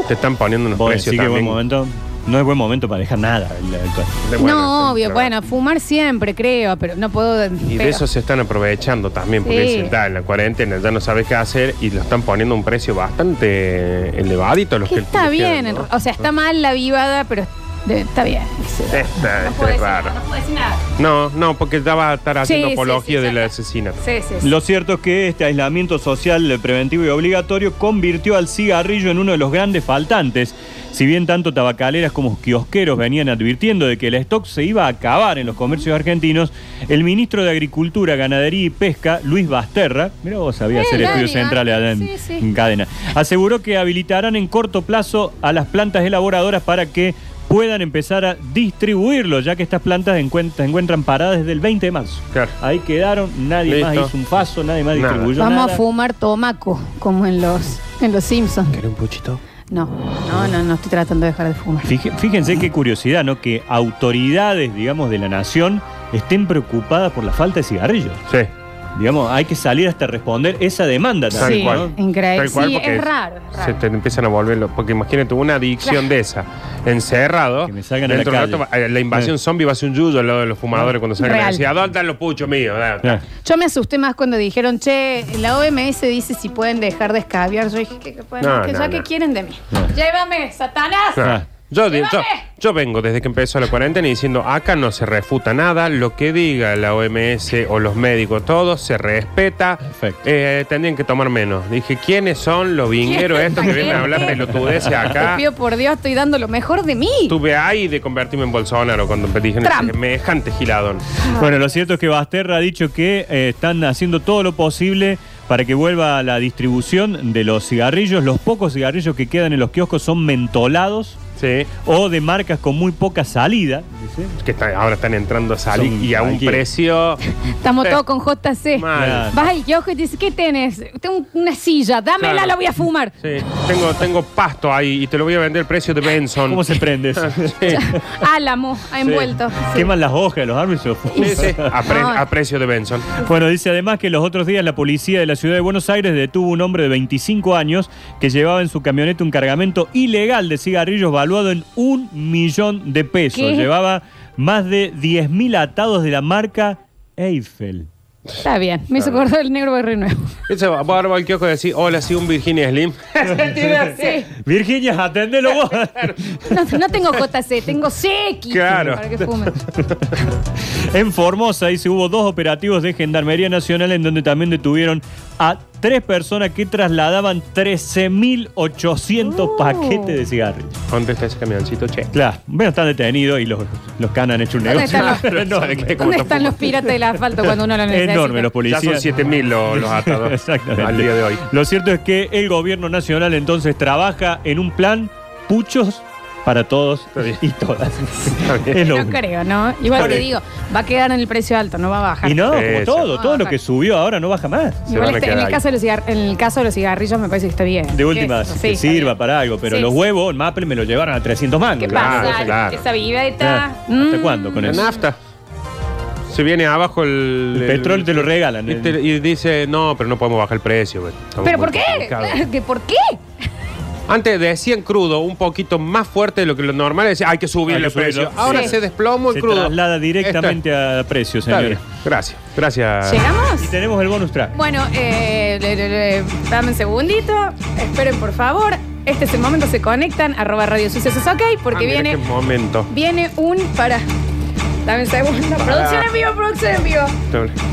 [SPEAKER 4] Te están poniendo unos
[SPEAKER 3] Vos
[SPEAKER 4] precios
[SPEAKER 3] decís que buen
[SPEAKER 4] también.
[SPEAKER 3] momento. No es buen momento para dejar nada. el alcohol.
[SPEAKER 4] De bueno,
[SPEAKER 2] no,
[SPEAKER 4] sí,
[SPEAKER 2] obvio,
[SPEAKER 4] claro.
[SPEAKER 2] bueno, fumar siempre, creo, pero no puedo.
[SPEAKER 4] Y de eso se están aprovechando también, porque
[SPEAKER 2] Sí.
[SPEAKER 4] dicen, "Da, en la cuarentena ya no sabes qué hacer y lo están poniendo a un precio bastante elevadito. Los
[SPEAKER 2] Que
[SPEAKER 4] que
[SPEAKER 2] está
[SPEAKER 4] los que-
[SPEAKER 2] bien,
[SPEAKER 4] ¿no?
[SPEAKER 2] en- o sea, está mal la vivada, pero de- está bien.
[SPEAKER 4] Esta, esta
[SPEAKER 2] No puedo
[SPEAKER 4] es
[SPEAKER 2] decir
[SPEAKER 4] rara.
[SPEAKER 2] nada, no puedo decir nada.
[SPEAKER 4] No, no, porque ya va a estar
[SPEAKER 2] Sí,
[SPEAKER 4] haciendo
[SPEAKER 2] sí,
[SPEAKER 4] apología
[SPEAKER 2] sí,
[SPEAKER 4] del
[SPEAKER 2] ya está.
[SPEAKER 4] asesinato.
[SPEAKER 2] Sí, sí, sí.
[SPEAKER 3] Lo cierto es que este aislamiento social eh, preventivo y obligatorio convirtió al cigarrillo en uno de los grandes faltantes. Si bien tanto tabacaleras como kiosqueros venían advirtiendo de que el stock se iba a acabar en los comercios argentinos, el ministro de Agricultura, Ganadería y Pesca, Luis Basterra, mira vos sabía
[SPEAKER 2] Eh,
[SPEAKER 3] hacer
[SPEAKER 2] la
[SPEAKER 3] estudios
[SPEAKER 2] diga.
[SPEAKER 3] centrales allá en,
[SPEAKER 2] Sí, sí.
[SPEAKER 3] en cadena, aseguró que habilitarán en corto plazo a las plantas elaboradoras para que puedan empezar a distribuirlo, ya que estas plantas encuent- se encuentran paradas desde el 20 de marzo.
[SPEAKER 4] Claro.
[SPEAKER 3] Ahí quedaron, nadie
[SPEAKER 4] Listo.
[SPEAKER 3] más hizo un paso, nadie más
[SPEAKER 4] Nada.
[SPEAKER 3] distribuyó
[SPEAKER 2] Vamos
[SPEAKER 3] nada.
[SPEAKER 2] a fumar tomaco, como en los, en los Simpsons.
[SPEAKER 4] ¿Querés un puchito?
[SPEAKER 2] No, no, no, no estoy tratando de dejar de fumar.
[SPEAKER 3] Fije- Fíjense qué curiosidad, ¿no? Que autoridades, digamos, de la nación estén preocupadas por la falta de cigarrillos.
[SPEAKER 4] Sí.
[SPEAKER 3] Digamos, hay que salir hasta responder esa demanda
[SPEAKER 4] Tal
[SPEAKER 2] Sí,
[SPEAKER 3] también,
[SPEAKER 4] cual.
[SPEAKER 3] ¿no?
[SPEAKER 2] increíble.
[SPEAKER 4] Tal cual,
[SPEAKER 2] Sí,
[SPEAKER 4] porque
[SPEAKER 2] es raro. es
[SPEAKER 4] Se
[SPEAKER 2] raro.
[SPEAKER 4] te empiezan a volver lo- Porque imagínate, una adicción de esa, encerrado.
[SPEAKER 3] Que me salgan a
[SPEAKER 4] dentro
[SPEAKER 3] la
[SPEAKER 4] de un
[SPEAKER 3] calle.
[SPEAKER 4] rato va- eh, la invasión zombie va a ser un yuyo al lado de los fumadores cuando salgan.
[SPEAKER 2] Ah, Real.
[SPEAKER 4] a decir, ¿A dónde están los puchos míos? Da-
[SPEAKER 3] Claro.
[SPEAKER 2] Yo me asusté más cuando dijeron, che, la OMS dice si pueden dejar de escabiar. Yo dije, ¿qué, qué pueden?
[SPEAKER 4] No,
[SPEAKER 2] ¿Qué-
[SPEAKER 4] no,
[SPEAKER 2] ya
[SPEAKER 4] no.
[SPEAKER 2] que quieren de mí? Llévame, Satanás.
[SPEAKER 4] da".
[SPEAKER 3] Ah.
[SPEAKER 4] Yo, di- yo,
[SPEAKER 2] Llévame.
[SPEAKER 4] yo vengo desde que empezó la cuarentena y diciendo, acá no se refuta nada, lo que diga la OMS o los médicos, todo se respeta,
[SPEAKER 3] Perfecto.
[SPEAKER 4] Eh, tendrían que tomar menos. Dije, ¿quiénes son los vingueros
[SPEAKER 2] ¿Quién?
[SPEAKER 4] estos que vienen a hablar
[SPEAKER 2] ¿Quién?
[SPEAKER 4] pelotudeces
[SPEAKER 2] [LAUGHS]
[SPEAKER 4] acá?
[SPEAKER 2] Te pido por Dios, estoy dando lo mejor de mí.
[SPEAKER 4] Tuve ahí de convertirme en Bolsonaro cuando me dijeron
[SPEAKER 2] Trump.
[SPEAKER 4] semejante giladón.
[SPEAKER 3] Bueno, lo cierto es que Basterra ha dicho que eh, están haciendo todo lo posible para que vuelva a la distribución de los cigarrillos. Los pocos cigarrillos que quedan en los kioscos son mentolados
[SPEAKER 4] Sí.
[SPEAKER 3] o de marcas con muy poca salida.
[SPEAKER 4] Que está- ahora están entrando a salir
[SPEAKER 3] Son
[SPEAKER 4] y a un
[SPEAKER 2] [LAUGHS]
[SPEAKER 3] cualquiera.
[SPEAKER 4] precio.
[SPEAKER 2] Estamos
[SPEAKER 4] Eh,
[SPEAKER 2] todos con JC.
[SPEAKER 4] Mal.
[SPEAKER 2] Vas al kiosco y te dice, ¿qué tenés? Tengo un- una silla, dámela,
[SPEAKER 4] Claro.
[SPEAKER 2] la voy a
[SPEAKER 4] [LAUGHS]
[SPEAKER 2] fumar.
[SPEAKER 4] Sí. Tengo, tengo pasto ahí y te lo voy a vender el precio de Benson.
[SPEAKER 3] ¿Cómo se prende eso?
[SPEAKER 4] Sí.
[SPEAKER 2] Álamo, ha
[SPEAKER 3] [LAUGHS]
[SPEAKER 2] envuelto. Sí.
[SPEAKER 3] Queman las hojas de los árboles. y los-
[SPEAKER 4] Sí, sí. A, pre-
[SPEAKER 2] No.
[SPEAKER 4] a precio de Benson.
[SPEAKER 3] Bueno, dice además que los otros días la policía de la ciudad de Buenos Aires detuvo un hombre de 25 años que llevaba en su camioneta un cargamento ilegal de cigarrillos valuado en un millón de pesos.
[SPEAKER 2] ¿Qué?
[SPEAKER 3] Llevaba
[SPEAKER 5] más de 10.000 atados de la marca Eiffel.
[SPEAKER 2] Está bien. Me hizo acordar el negro barrio nuevo.
[SPEAKER 4] Eso va va al kiosco y decir, hola, [LAUGHS] sí, un Virginia Slim. [LAUGHS]
[SPEAKER 2] Sí.
[SPEAKER 5] Virginia, atendelo vos.
[SPEAKER 2] No, no tengo JC, tengo CX.
[SPEAKER 4] Claro.
[SPEAKER 2] Para que
[SPEAKER 4] [LAUGHS]
[SPEAKER 2] fume.
[SPEAKER 5] En Formosa, dice, hubo dos operativos de Gendarmería Nacional en donde también detuvieron a tres personas que trasladaban 13.800
[SPEAKER 2] Uh.
[SPEAKER 5] paquetes de cigarrillos.
[SPEAKER 4] ¿Dónde está ese camioncito, che?
[SPEAKER 5] Claro, bueno, están detenidos y los, los canas han hecho un [LAUGHS]
[SPEAKER 2] ¿Dónde
[SPEAKER 5] negocio.
[SPEAKER 2] están
[SPEAKER 4] [LAUGHS]
[SPEAKER 2] los-
[SPEAKER 5] No, es que es como
[SPEAKER 2] ¿Dónde están los piratas del asfalto cuando uno lo necesita?
[SPEAKER 5] enorme los policías.
[SPEAKER 4] Ya son [LAUGHS] 7000 los,
[SPEAKER 5] [LAUGHS]
[SPEAKER 4] los atados
[SPEAKER 5] Exactamente.
[SPEAKER 4] al día de hoy.
[SPEAKER 5] Lo cierto es que el gobierno nacional entonces trabaja en un plan puchos para todos
[SPEAKER 4] Está bien.
[SPEAKER 5] y todas.
[SPEAKER 4] Está bien.
[SPEAKER 5] Es lo
[SPEAKER 2] No
[SPEAKER 5] único.
[SPEAKER 2] creo, ¿no? Igual te
[SPEAKER 4] Vale.
[SPEAKER 2] digo, va a quedar en el precio alto, no va a bajar.
[SPEAKER 5] Y no, como
[SPEAKER 4] Eso.
[SPEAKER 5] todo, todo lo
[SPEAKER 2] Ajá.
[SPEAKER 5] que subió ahora no baja más.
[SPEAKER 4] Se
[SPEAKER 2] Igual
[SPEAKER 4] van
[SPEAKER 2] este-
[SPEAKER 4] a
[SPEAKER 2] en,
[SPEAKER 4] quedar
[SPEAKER 2] el
[SPEAKER 4] ahí.
[SPEAKER 2] caso de los cigar- en el caso de los cigarrillos me parece que está bien.
[SPEAKER 5] De última,
[SPEAKER 2] Que-
[SPEAKER 5] si
[SPEAKER 2] sí,
[SPEAKER 5] que
[SPEAKER 2] está
[SPEAKER 5] sirva
[SPEAKER 2] bien.
[SPEAKER 5] para algo, pero
[SPEAKER 2] Sí,
[SPEAKER 5] los
[SPEAKER 2] sí.
[SPEAKER 5] huevos en Maple me los llevaron a 300 mangos.
[SPEAKER 2] ¿Qué
[SPEAKER 4] Claro,
[SPEAKER 2] pasa?
[SPEAKER 4] claro.
[SPEAKER 2] Esa Mm. viveta.
[SPEAKER 5] Ah, ¿Hasta cuándo con
[SPEAKER 4] La
[SPEAKER 5] eso?
[SPEAKER 4] nafta. Se viene abajo el.
[SPEAKER 5] El petróleo te lo regalan.
[SPEAKER 4] Y, te- y dice, no, pero no podemos bajar el precio. güey. Estamos
[SPEAKER 2] ¿Pero
[SPEAKER 4] muy
[SPEAKER 2] por qué?
[SPEAKER 4] complicados".
[SPEAKER 2] Claro [LAUGHS] que ¿Por qué?
[SPEAKER 4] Antes decían crudo un poquito más fuerte de lo que lo normal decía, hay que subir
[SPEAKER 5] Hay que
[SPEAKER 4] el precio.
[SPEAKER 5] subirlo.
[SPEAKER 4] Ahora
[SPEAKER 2] Sí.
[SPEAKER 4] se desploma el
[SPEAKER 5] Se
[SPEAKER 4] crudo.
[SPEAKER 5] traslada directamente a precios,
[SPEAKER 4] Está bien.
[SPEAKER 5] señores.
[SPEAKER 4] Gracias. Gracias.
[SPEAKER 2] ¿Llegamos?
[SPEAKER 5] Y tenemos el bonus track.
[SPEAKER 2] Bueno, eh, le- le- le- dame un segundito. Esperen, por favor. Este es el momento. Se conectan. Arroba Radio Sucesos, ok. Porque
[SPEAKER 4] Ah, mira
[SPEAKER 2] viene,
[SPEAKER 4] qué momento.
[SPEAKER 2] viene un. Para. Dame un segundo. Producción en vivo, producción en vivo.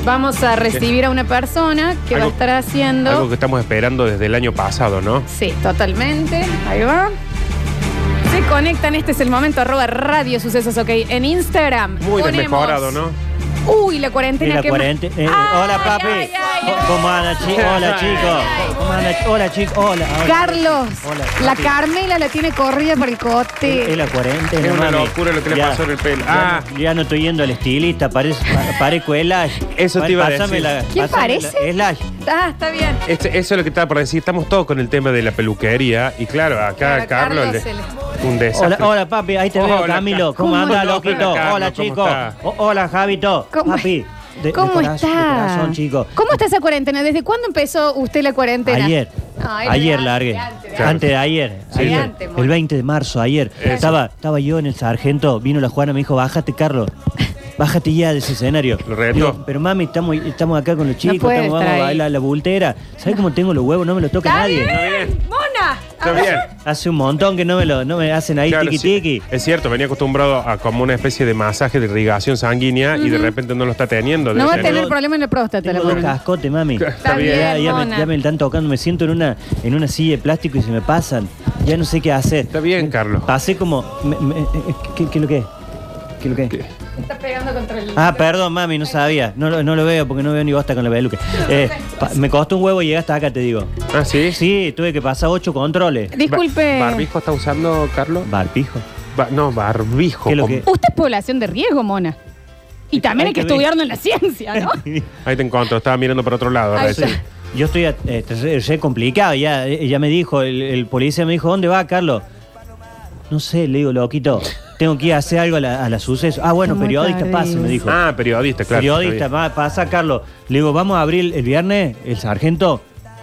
[SPEAKER 2] Vamos a recibir a una persona que va a
[SPEAKER 4] Algo-
[SPEAKER 2] estar haciendo.
[SPEAKER 4] Algo que estamos esperando desde el año pasado, ¿no?
[SPEAKER 2] Sí, totalmente. Ahí va. Se conectan, este es el momento, arroba radio sucesos, ok, en Instagram.
[SPEAKER 4] Muy
[SPEAKER 2] ponemos-
[SPEAKER 4] desmejorado, ¿no?
[SPEAKER 2] Uy, la cuarentena.
[SPEAKER 3] Mira,
[SPEAKER 2] que Ah,
[SPEAKER 3] 40. eh, hola, papi. ¿Cómo andas, chi- Hola, chicos. ¿Cómo andas? chi- Hola, chicos. Hola. hola.
[SPEAKER 2] Carlos,
[SPEAKER 3] Hola,
[SPEAKER 2] la
[SPEAKER 3] papi.
[SPEAKER 2] Carmela la tiene corrida por el
[SPEAKER 3] Es es
[SPEAKER 2] cote.
[SPEAKER 3] la cuarentena,
[SPEAKER 4] Es una
[SPEAKER 3] mami.
[SPEAKER 4] locura lo que le
[SPEAKER 3] Ya-
[SPEAKER 4] pasó en el pelo.
[SPEAKER 3] ya
[SPEAKER 4] Ah.
[SPEAKER 3] no- Ya no estoy yendo al estilista, parece, pa- parezco el Ash.
[SPEAKER 4] Eso te
[SPEAKER 3] Pa-
[SPEAKER 4] iba a
[SPEAKER 3] pásame
[SPEAKER 4] decir.
[SPEAKER 3] la-
[SPEAKER 2] ¿Quién
[SPEAKER 3] pásame la-
[SPEAKER 2] parece?
[SPEAKER 3] el Eh, Ash.
[SPEAKER 2] Ah, está bien.
[SPEAKER 4] Este- eso es lo que estaba por decir. Estamos todos con el tema de la peluquería. Y claro, acá
[SPEAKER 2] Claro,
[SPEAKER 4] Carlos,
[SPEAKER 2] Carlos
[SPEAKER 4] el de-
[SPEAKER 2] se le-
[SPEAKER 4] un
[SPEAKER 3] Hola,
[SPEAKER 4] desastre.
[SPEAKER 3] hola, papi. Ahí te veo,
[SPEAKER 4] Hola,
[SPEAKER 3] Camilo.
[SPEAKER 4] Ca-
[SPEAKER 3] ¿Cómo
[SPEAKER 2] ¿Cómo
[SPEAKER 3] andas,
[SPEAKER 2] andas,
[SPEAKER 3] loquito?
[SPEAKER 4] Carlos?
[SPEAKER 3] Hola,
[SPEAKER 4] ¿Cómo
[SPEAKER 3] chicos.
[SPEAKER 4] estás?
[SPEAKER 3] O- Hola, Javito.
[SPEAKER 2] ¿Cómo-
[SPEAKER 3] Papi. de- de
[SPEAKER 2] ¿Cómo
[SPEAKER 3] corazón-
[SPEAKER 2] está?
[SPEAKER 3] De corazón, chicos.
[SPEAKER 2] ¿Cómo está esa cuarentena? ¿Desde cuándo empezó usted la cuarentena?
[SPEAKER 3] Ayer.
[SPEAKER 2] No, era
[SPEAKER 3] ayer
[SPEAKER 2] de
[SPEAKER 3] largué.
[SPEAKER 2] antes, de
[SPEAKER 3] Antes,
[SPEAKER 2] antes.
[SPEAKER 3] de ayer.
[SPEAKER 2] Sí.
[SPEAKER 3] ayer.
[SPEAKER 2] De antes,
[SPEAKER 3] el
[SPEAKER 2] bueno.
[SPEAKER 3] 20 de marzo, ayer.
[SPEAKER 4] Eso.
[SPEAKER 3] Estaba, estaba yo en el sargento, vino la Juana, me dijo, bájate, Carlos. Bájate ya de ese escenario.
[SPEAKER 4] Lo retó.
[SPEAKER 3] Digo, pero mami, estamos, estamos acá con los chicos,
[SPEAKER 2] puede
[SPEAKER 3] estamos, vamos
[SPEAKER 2] estar
[SPEAKER 3] a
[SPEAKER 2] ahí.
[SPEAKER 3] bailar la bultera. ¿Sabes cómo tengo los huevos? No me los toca
[SPEAKER 2] ¡Está
[SPEAKER 3] nadie.
[SPEAKER 2] bien! ¡Mona!
[SPEAKER 4] Está bien.
[SPEAKER 3] Hace un montón que no me lo, no me hacen ahí
[SPEAKER 4] Claro,
[SPEAKER 3] tiki
[SPEAKER 4] sí.
[SPEAKER 3] tiki.
[SPEAKER 4] Es cierto, venía acostumbrado a como una especie de masaje de irrigación sanguínea y de repente no lo está teniendo.
[SPEAKER 2] No
[SPEAKER 4] Debe
[SPEAKER 2] va a
[SPEAKER 4] ser-
[SPEAKER 2] tener problema en la próstata, la
[SPEAKER 3] Tengo dos
[SPEAKER 2] mona.
[SPEAKER 3] cascotes, mami.
[SPEAKER 4] Está
[SPEAKER 2] bien,
[SPEAKER 3] ya, ya me,
[SPEAKER 2] mona.
[SPEAKER 3] ya me están tocando, me siento en una, en una silla de plástico y se me pasan. Ya no sé qué hacer.
[SPEAKER 4] Está bien, Carlos.
[SPEAKER 3] Pasé como. me- me- eh, ¿qué, qué es lo que es? ¿Qué es lo que es?
[SPEAKER 2] Está pegando contra el.
[SPEAKER 3] Ah, perdón, mami, no sabía. No, lo- no lo veo porque no veo ni bosta con la peluca. Eh, pa- me costó un huevo llegar hasta acá, te digo.
[SPEAKER 4] Ah, sí.
[SPEAKER 3] Sí, tuve que pasar ocho controles.
[SPEAKER 2] Disculpe.
[SPEAKER 4] Ba- ¿Barbijo está usando, Carlos?
[SPEAKER 3] Barbijo.
[SPEAKER 4] Ba- no, barbijo.
[SPEAKER 3] ¿Qué es lo
[SPEAKER 4] Com-
[SPEAKER 3] que-
[SPEAKER 2] Usted es población de riesgo, mona. Y también hay que
[SPEAKER 3] que ver.
[SPEAKER 2] estudiarlo en la ciencia, ¿no?
[SPEAKER 4] Ahí te encuentro, estaba mirando para otro lado.
[SPEAKER 2] Ahí
[SPEAKER 4] recién.
[SPEAKER 2] está.
[SPEAKER 3] Yo estoy eh, re, re complicado. Ya, eh, ya me dijo, el, el policía me dijo, ¿dónde va, Carlos? No sé, le digo, loquito, tengo que ir a hacer algo a la, a la suceso. Ah, bueno,
[SPEAKER 2] Muy
[SPEAKER 3] periodista,
[SPEAKER 2] tarde.
[SPEAKER 3] pase, me dijo.
[SPEAKER 4] Ah, periodista, claro.
[SPEAKER 3] periodista,
[SPEAKER 4] está
[SPEAKER 3] pa- pasa, Carlos. Le digo, vamos a abrir el viernes, el sargento.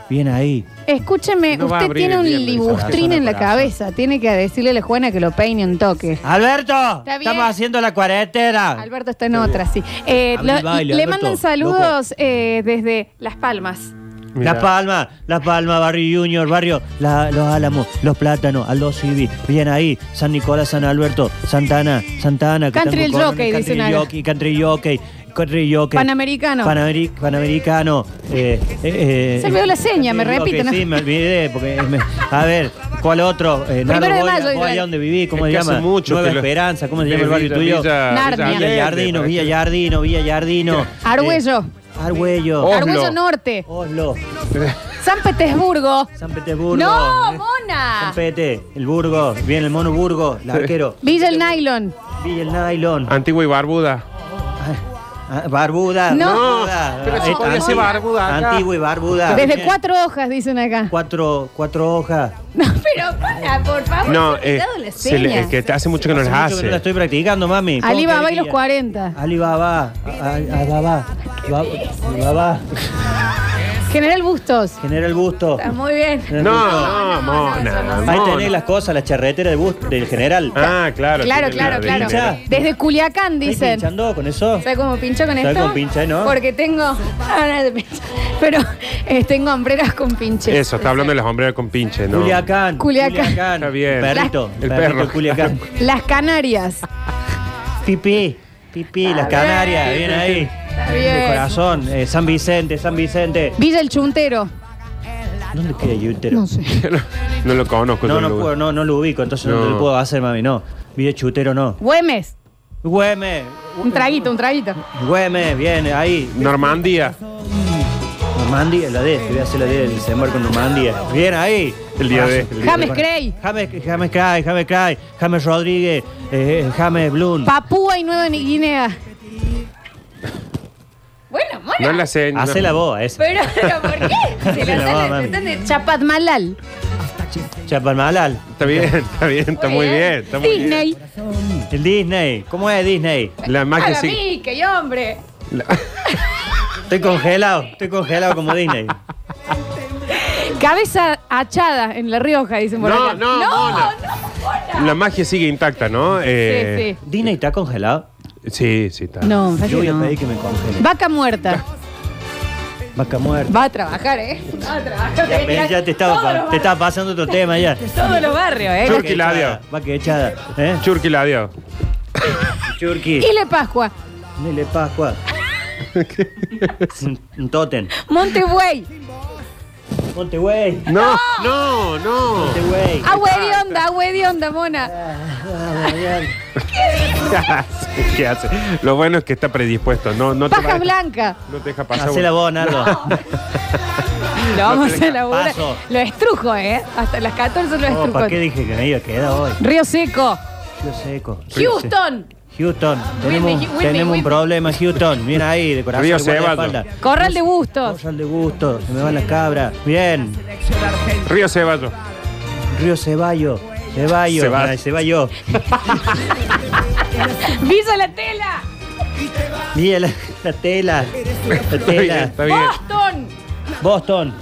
[SPEAKER 3] Viene ahí.
[SPEAKER 2] Escúcheme,
[SPEAKER 4] No va a
[SPEAKER 2] usted
[SPEAKER 4] abrir
[SPEAKER 2] tiene
[SPEAKER 4] el
[SPEAKER 2] un
[SPEAKER 4] viernes,
[SPEAKER 2] libustrín
[SPEAKER 3] corazón,
[SPEAKER 2] en la
[SPEAKER 3] corazón.
[SPEAKER 2] cabeza. Tiene que decirle a la Juana que lo peine un toque.
[SPEAKER 3] ¡Alberto!
[SPEAKER 2] bien.
[SPEAKER 3] Estamos haciendo la cuarentena.
[SPEAKER 2] Alberto está en otra, sí. Eh,
[SPEAKER 3] Abre Ah. el
[SPEAKER 2] lo-
[SPEAKER 3] baile,
[SPEAKER 2] le
[SPEAKER 3] Alberto,
[SPEAKER 2] mandan saludos eh, desde Las Palmas.
[SPEAKER 4] bien. Mira.
[SPEAKER 3] La Palma, La Palma, Barrio Junior, Barrio La- Los Álamos, Los Plátanos, Aldo Civi, bien ahí, San Nicolás, San Alberto, Santana, Santana,
[SPEAKER 2] Country el jockey,
[SPEAKER 3] Country
[SPEAKER 2] dicen acá.
[SPEAKER 3] jockey, Country jockey, Country jockey.
[SPEAKER 2] Panamericano.
[SPEAKER 3] Panameri- Panamericano. eh, eh, eh,
[SPEAKER 2] Se olvidó la seña, me
[SPEAKER 3] Country
[SPEAKER 2] repite,
[SPEAKER 3] jockey,
[SPEAKER 2] ¿no?
[SPEAKER 3] Sí, me olvidé, porque eh, me- a ver, ¿cuál otro? Eh,
[SPEAKER 2] Primero de
[SPEAKER 3] voy a-
[SPEAKER 2] mayo,
[SPEAKER 3] voy
[SPEAKER 2] Israel.
[SPEAKER 3] allá donde viví, ¿cómo
[SPEAKER 4] Es
[SPEAKER 3] se
[SPEAKER 4] que hace
[SPEAKER 3] llama?
[SPEAKER 4] mucho
[SPEAKER 3] Nueva
[SPEAKER 4] que lo-
[SPEAKER 3] Esperanza, ¿cómo se llama el
[SPEAKER 4] Villa-
[SPEAKER 3] barrio tuyo?
[SPEAKER 4] Villa-
[SPEAKER 2] Narnia.
[SPEAKER 3] Villa
[SPEAKER 4] Villa Allende,
[SPEAKER 3] Yardino,
[SPEAKER 4] para
[SPEAKER 3] Villa
[SPEAKER 4] que-
[SPEAKER 3] Yardino, Villa Yardino.
[SPEAKER 2] Argüello.
[SPEAKER 3] Eh, Argüello.
[SPEAKER 4] Oslo.
[SPEAKER 2] Argüello Norte.
[SPEAKER 3] Oslo.
[SPEAKER 2] San Petersburgo.
[SPEAKER 3] San Petersburgo.
[SPEAKER 2] ¡No,
[SPEAKER 3] San
[SPEAKER 2] mona!
[SPEAKER 3] Pete, el Burgo, viene el Mono Burgo, el arquero,
[SPEAKER 2] Villa el Nylon.
[SPEAKER 3] Villa el Nylon,
[SPEAKER 4] Antigua y barbuda.
[SPEAKER 3] ah, Barbuda,
[SPEAKER 2] No.
[SPEAKER 3] Barbuda,
[SPEAKER 4] Pero
[SPEAKER 3] ah,
[SPEAKER 4] si
[SPEAKER 3] eh,
[SPEAKER 4] podía ser
[SPEAKER 3] antigua-
[SPEAKER 4] Barbuda acá.
[SPEAKER 3] Antigua y Barbuda.
[SPEAKER 2] Desde
[SPEAKER 3] Ah, Bien.
[SPEAKER 2] cuatro hojas, dicen acá.
[SPEAKER 3] Cuatro, cuatro hojas.
[SPEAKER 2] [LAUGHS] No, pero mona, por favor.
[SPEAKER 4] No,
[SPEAKER 2] se ha
[SPEAKER 4] eh,
[SPEAKER 2] olvidado la
[SPEAKER 4] se le-
[SPEAKER 2] seña.
[SPEAKER 4] es que te- hace mucho que no
[SPEAKER 3] Hace
[SPEAKER 4] las
[SPEAKER 3] mucho que no la
[SPEAKER 4] hace.
[SPEAKER 3] estoy practicando, mami. ¿Cómo
[SPEAKER 2] Ali Baba
[SPEAKER 3] querés
[SPEAKER 2] y los
[SPEAKER 3] que-
[SPEAKER 2] 40.
[SPEAKER 3] Ali Baba, a- a- a Baba, Ba- Baba.
[SPEAKER 2] General Bustos.
[SPEAKER 3] General Busto.
[SPEAKER 2] Está muy bien.
[SPEAKER 3] No,
[SPEAKER 4] no,
[SPEAKER 2] no,
[SPEAKER 4] mona,
[SPEAKER 2] no, no.
[SPEAKER 3] Ahí
[SPEAKER 4] no,
[SPEAKER 3] tenés
[SPEAKER 4] no.
[SPEAKER 3] las cosas, la charretera del, bus- del general.
[SPEAKER 4] Ah, claro.
[SPEAKER 2] Claro,
[SPEAKER 4] tiene
[SPEAKER 2] claro,
[SPEAKER 4] la
[SPEAKER 2] claro.
[SPEAKER 4] dinero.
[SPEAKER 3] pincha.
[SPEAKER 2] Desde Culiacán
[SPEAKER 3] ¿Estás
[SPEAKER 2] dicen.
[SPEAKER 3] pinchando con eso?
[SPEAKER 2] ¿Sabes cómo pincho con
[SPEAKER 3] ¿Sabes
[SPEAKER 2] esto?
[SPEAKER 3] cómo pinché, no?
[SPEAKER 2] Porque tengo. [LAUGHS] Ah, no, de pinche. Pero eh, tengo hombreras con pinches.
[SPEAKER 4] Eso, está hablando de las hombreras con pinche, ¿no?
[SPEAKER 3] Culiacán.
[SPEAKER 2] Culiacán.
[SPEAKER 4] Está bien.
[SPEAKER 3] El perrito.
[SPEAKER 4] El
[SPEAKER 3] perrito
[SPEAKER 4] perro.
[SPEAKER 3] Culiacán.
[SPEAKER 4] [LAUGHS]
[SPEAKER 2] Las Canarias.
[SPEAKER 3] Pipí. Pipí, las Canarias. Bien ahí.
[SPEAKER 2] Está bien.
[SPEAKER 3] De corazón. eh, San Vicente, San Vicente.
[SPEAKER 2] Villa el Chuntero.
[SPEAKER 3] ¿Dónde queda Yútero?
[SPEAKER 2] No sé.
[SPEAKER 4] [LAUGHS] No lo conozco.
[SPEAKER 3] No,
[SPEAKER 4] yo
[SPEAKER 3] no,
[SPEAKER 4] lo-
[SPEAKER 3] puedo, no, no lo ubico, entonces no.
[SPEAKER 4] No.
[SPEAKER 3] te lo puedo hacer, mami, no. Video chutero no.
[SPEAKER 2] Güemes.
[SPEAKER 3] Güeme.
[SPEAKER 2] Un traguito, un traguito.
[SPEAKER 3] Güeme, bien, ahí.
[SPEAKER 4] Normandía.
[SPEAKER 3] Normandía, la D, voy a hacer la D, el desembarco en Normandía. Bien, ahí.
[SPEAKER 4] El día D,
[SPEAKER 3] de.
[SPEAKER 4] el día D.
[SPEAKER 2] James Cray.
[SPEAKER 3] James, James Cray, James Cray, James Rodríguez, eh, James Blum.
[SPEAKER 2] Papúa y Nueva Guinea. Bueno, mona.
[SPEAKER 4] No la sé. no-
[SPEAKER 3] Hace la voz esa.
[SPEAKER 2] Pero, ¿pero
[SPEAKER 4] [LAUGHS]
[SPEAKER 2] ¿por qué? Se
[SPEAKER 3] Se la
[SPEAKER 2] la
[SPEAKER 3] va,
[SPEAKER 2] sale,
[SPEAKER 3] mami.
[SPEAKER 2] ¿entendés? Chapatmalal.
[SPEAKER 3] Chapalmalal.
[SPEAKER 4] Está bien, está bien, está muy bien. está muy bien.
[SPEAKER 2] Disney.
[SPEAKER 3] El Disney. ¿Cómo es Disney?
[SPEAKER 4] La
[SPEAKER 2] A
[SPEAKER 4] magia
[SPEAKER 2] la
[SPEAKER 4] sí.
[SPEAKER 2] mica, y hombre.
[SPEAKER 3] Estoy congelado, estoy congelado como Disney.
[SPEAKER 2] Cabeza achada en La Rioja, dicen por
[SPEAKER 4] No,
[SPEAKER 2] acá.
[SPEAKER 4] no,
[SPEAKER 2] no,
[SPEAKER 4] mona. [LAUGHS] La magia sigue intacta, ¿no? Eh,
[SPEAKER 2] sí.
[SPEAKER 3] ¿Disney está congelado?
[SPEAKER 4] sí, sí, está.
[SPEAKER 2] No,
[SPEAKER 3] Yo voy a
[SPEAKER 2] no.
[SPEAKER 3] pedir que me congele.
[SPEAKER 2] Vaca muerta.
[SPEAKER 3] Vaca muerta.
[SPEAKER 2] Va a trabajar,
[SPEAKER 4] [LAUGHS]
[SPEAKER 2] ¿eh? Va a trabajar.
[SPEAKER 3] Ya, ves, ya te estaba,
[SPEAKER 2] Todos
[SPEAKER 3] pa-
[SPEAKER 2] los
[SPEAKER 3] te
[SPEAKER 2] barrios,
[SPEAKER 3] estaba pasando otro tema ya.
[SPEAKER 2] Todos los barrios, ¿eh?
[SPEAKER 4] Churqui la dio.
[SPEAKER 3] Va que echada. ¿Eh?
[SPEAKER 4] Churqui la dio.
[SPEAKER 3] Churqui.
[SPEAKER 2] Y Le Pascua.
[SPEAKER 3] Nele Pascua. un, un tótem.
[SPEAKER 2] Montebuey.
[SPEAKER 3] Ponte güey.
[SPEAKER 4] No, no,
[SPEAKER 2] [LAUGHS]
[SPEAKER 4] no. [LAUGHS]
[SPEAKER 3] Ponte güey. Ah,
[SPEAKER 2] Agua de onda, agua de onda, mona.
[SPEAKER 4] ¿Qué hace? ¿Qué hace? Lo bueno es que está predispuesto. No, no te va
[SPEAKER 2] Paja
[SPEAKER 4] a-
[SPEAKER 2] blanca.
[SPEAKER 4] No te deja pasar.
[SPEAKER 3] Hacé la voz, Nardo.
[SPEAKER 2] Lo vamos a elaborar.
[SPEAKER 3] Paso.
[SPEAKER 2] Lo estrujo, ¿eh? Hasta las 14 lo
[SPEAKER 3] [LAUGHS] Oh, ¿Para qué
[SPEAKER 2] estrujo.
[SPEAKER 3] dije que me iba a quedar hoy?
[SPEAKER 2] Río Seco.
[SPEAKER 3] Yo seco.
[SPEAKER 2] Houston.
[SPEAKER 3] Houston.
[SPEAKER 2] Whitney,
[SPEAKER 3] Tenemos,
[SPEAKER 2] Whitney,
[SPEAKER 3] tenemos
[SPEAKER 2] Whitney.
[SPEAKER 3] un problema, Houston. Mira ahí, de corazón.
[SPEAKER 4] Río
[SPEAKER 3] igual de
[SPEAKER 4] Ceballos.
[SPEAKER 3] espalda.
[SPEAKER 2] Corral de Bustos.
[SPEAKER 3] Corral de gusto. Se me van las cabras. Bien.
[SPEAKER 4] Río Ceballos.
[SPEAKER 3] Río Ceballo. Ceballo.
[SPEAKER 4] Ceballos.
[SPEAKER 3] Ay, Ceballo.
[SPEAKER 2] Villa La Tela.
[SPEAKER 3] Mira la, la tela. La
[SPEAKER 4] Está bien,
[SPEAKER 3] tela.
[SPEAKER 4] está bien.
[SPEAKER 2] Boston.
[SPEAKER 3] Boston.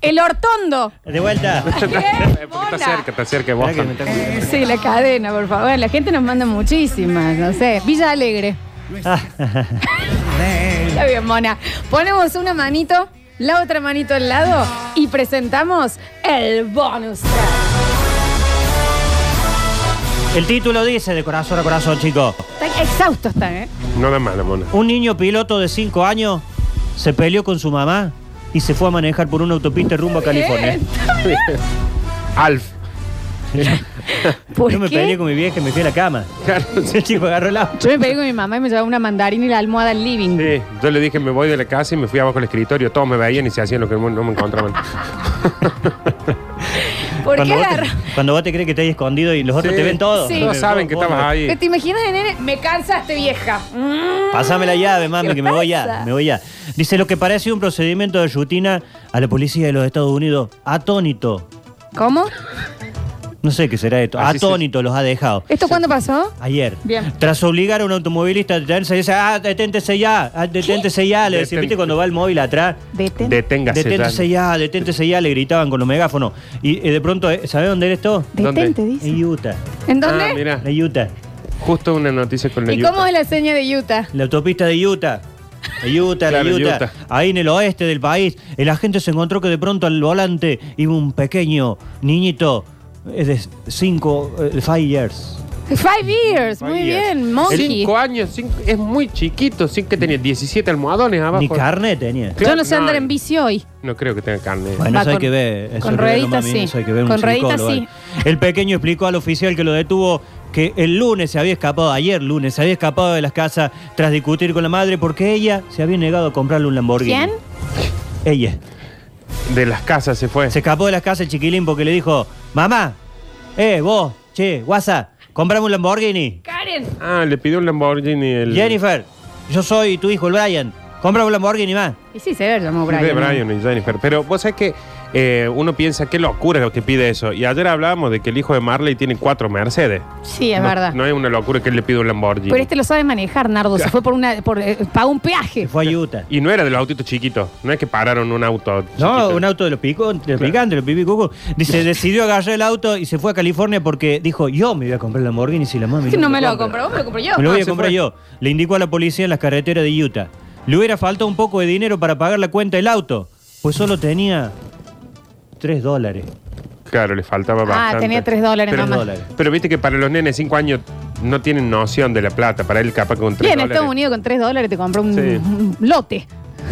[SPEAKER 2] El Hortondo.
[SPEAKER 3] De
[SPEAKER 4] [LAUGHS]
[SPEAKER 3] vuelta.
[SPEAKER 2] Bien,
[SPEAKER 4] Eh, Porque
[SPEAKER 2] mona.
[SPEAKER 4] está cerca, está cerca de
[SPEAKER 3] Esperá que me
[SPEAKER 4] Boston.
[SPEAKER 3] está cuidando.
[SPEAKER 2] Sí, la cadena, por favor. La gente nos manda muchísimas, no sé. Villa Alegre. Está bien, mona. Ponemos una manito, la otra manito al lado y presentamos el bonus. track.
[SPEAKER 3] [LAUGHS] El título dice de corazón a corazón, chicos.
[SPEAKER 2] Están exhaustos, están, ¿eh?
[SPEAKER 4] No da mala, mona.
[SPEAKER 3] Un niño piloto de 5 años se peleó con su mamá y se fue a manejar por una autopista rumbo a California.
[SPEAKER 4] Alf.
[SPEAKER 2] ¿Por
[SPEAKER 3] Yo me
[SPEAKER 2] qué?
[SPEAKER 3] peleé con mi vieja y me fui a la
[SPEAKER 4] [LAUGHS]
[SPEAKER 3] cama.
[SPEAKER 4] Claro,
[SPEAKER 3] El chico agarró el auto.
[SPEAKER 2] Yo me pegué con mi mamá y me llevaba una mandarina y la almohada al living.
[SPEAKER 4] Sí, yo le dije, me voy de la casa y me fui abajo al escritorio. Todos me veían y se hacían lo que no me encontraban.
[SPEAKER 2] ¿Por qué
[SPEAKER 3] Cuando vos,
[SPEAKER 2] agarró?
[SPEAKER 3] te, cuando vos te crees que estás escondido y los otros
[SPEAKER 4] Sí.
[SPEAKER 3] te ven todo.
[SPEAKER 2] Sí.
[SPEAKER 4] Todos saben que estabas
[SPEAKER 2] ¿Te,
[SPEAKER 4] ahí.
[SPEAKER 2] te imaginas, nene? Me cansaste, vieja. Mm.
[SPEAKER 3] Pásame la llave, mami,
[SPEAKER 2] ¿Qué
[SPEAKER 3] que me voy ya,
[SPEAKER 2] pasa?
[SPEAKER 3] me voy ya. Dice lo que parece un procedimiento de rutina a la policía de los Estados Unidos. Atónito.
[SPEAKER 2] ¿Cómo?
[SPEAKER 3] No sé qué será esto.
[SPEAKER 4] Así se-
[SPEAKER 3] Atónito los ha dejado.
[SPEAKER 2] ¿Esto cuándo pasó?
[SPEAKER 3] Ayer.
[SPEAKER 2] Bien.
[SPEAKER 3] Tras obligar a un automovilista a detenerse, dice, ah, deténtese ya, ah, deténtese ya. Le decía,
[SPEAKER 4] Detén-
[SPEAKER 3] ¿viste cuando va el móvil atrás?
[SPEAKER 2] Vete.
[SPEAKER 4] Deténgase.
[SPEAKER 3] Deténtese
[SPEAKER 4] ya.
[SPEAKER 3] ya, deténtese ya, le gritaban con los megáfonos. Y, eh, de pronto, eh, ¿sabe dónde era esto?
[SPEAKER 4] ¿Dónde?
[SPEAKER 2] Detente, dice.
[SPEAKER 3] En Utah.
[SPEAKER 2] ¿En dónde?
[SPEAKER 4] Ah, mira,
[SPEAKER 3] En Utah.
[SPEAKER 4] justo una noticia con la
[SPEAKER 2] ¿Y
[SPEAKER 4] Utah.
[SPEAKER 2] cómo es la seña de Utah?
[SPEAKER 3] La autopista de Utah. De Utah, de
[SPEAKER 4] Claro,
[SPEAKER 3] Utah.
[SPEAKER 4] Utah.
[SPEAKER 3] Ahí en el oeste del país, el agente se encontró que de pronto al volante iba un pequeño niñito eh, de cinco, eh, five years.
[SPEAKER 2] Five years, muy
[SPEAKER 4] Five years.
[SPEAKER 2] bien, Monkey.
[SPEAKER 4] Cinco años, cinco- es muy chiquito, sin que tenía 17 almohadones abajo.
[SPEAKER 3] Ni carne tenía.
[SPEAKER 2] Yo no
[SPEAKER 4] Claro,
[SPEAKER 2] sé andar en bici hoy.
[SPEAKER 4] No creo que tenga carne.
[SPEAKER 3] Bueno,
[SPEAKER 2] Va,
[SPEAKER 3] eso hay
[SPEAKER 2] con-
[SPEAKER 3] que ver. eso
[SPEAKER 2] con
[SPEAKER 3] hay que verlo,
[SPEAKER 2] rueditas
[SPEAKER 3] mami,
[SPEAKER 2] sí.
[SPEAKER 3] eso hay que ver un
[SPEAKER 2] Con rueditas
[SPEAKER 3] psicólogo,
[SPEAKER 2] sí.
[SPEAKER 3] vale. El pequeño explicó al oficial que lo detuvo que el lunes se había escapado, ayer lunes, se había escapado de las casas tras discutir con la madre porque ella se había negado a comprarle un Lamborghini.
[SPEAKER 2] ¿Quién?
[SPEAKER 3] Ella.
[SPEAKER 4] De las casas se fue.
[SPEAKER 3] Se escapó de las casas el chiquilín porque le dijo, mamá, eh, vos, che, guasa, comprame un Lamborghini.
[SPEAKER 2] Karen.
[SPEAKER 4] Ah, le pidió un Lamborghini. El...
[SPEAKER 3] Jennifer, yo soy tu hijo, el Brian. Compra un Lamborghini más.
[SPEAKER 2] Y sí, se ve, llamó Brian.
[SPEAKER 4] De Brian y Jennifer. Pero vos sabés que eh, uno piensa, qué locura lo que pide eso. Y ayer hablábamos de que el hijo de Marley tiene cuatro Mercedes.
[SPEAKER 2] Sí, es
[SPEAKER 4] no,
[SPEAKER 2] verdad.
[SPEAKER 4] No es una locura que él le pida un Lamborghini.
[SPEAKER 2] Pero este lo sabe manejar, Nardo. Se fue por una. Por, eh, pagó un peaje.
[SPEAKER 3] Se fue a Utah.
[SPEAKER 4] Y no era de los autitos chiquitos. No es que pararon un auto.
[SPEAKER 3] No,
[SPEAKER 4] chiquito.
[SPEAKER 3] un auto de los picos, de los picantes, de los pipicucos.
[SPEAKER 4] [LAUGHS]
[SPEAKER 3] Dice, decidió agarrar el auto y se fue a California porque dijo, yo me voy a comprar el Lamborghini si la mami
[SPEAKER 2] Que no me lo compro,
[SPEAKER 3] compra".
[SPEAKER 2] vos me lo compro yo.
[SPEAKER 3] Me lo voy a
[SPEAKER 4] Ah, se
[SPEAKER 3] comprar
[SPEAKER 4] fue.
[SPEAKER 3] yo. Le indicó a la policía en las carreteras de Utah. Le hubiera faltado un poco de dinero para pagar la cuenta del auto, pues solo tenía 3 dólares.
[SPEAKER 4] Claro, le faltaba
[SPEAKER 2] Ah,
[SPEAKER 4] bastante.
[SPEAKER 2] tenía tres dólares,
[SPEAKER 3] Tres
[SPEAKER 2] mamá.
[SPEAKER 3] dólares.
[SPEAKER 4] Pero viste que para los nenes de cinco años no tienen noción de la plata. Para él capaz que con tres
[SPEAKER 2] Bien, en
[SPEAKER 4] dólares.
[SPEAKER 2] Estados Unidos con tres dólares te compró un,
[SPEAKER 4] Sí.
[SPEAKER 2] un lote.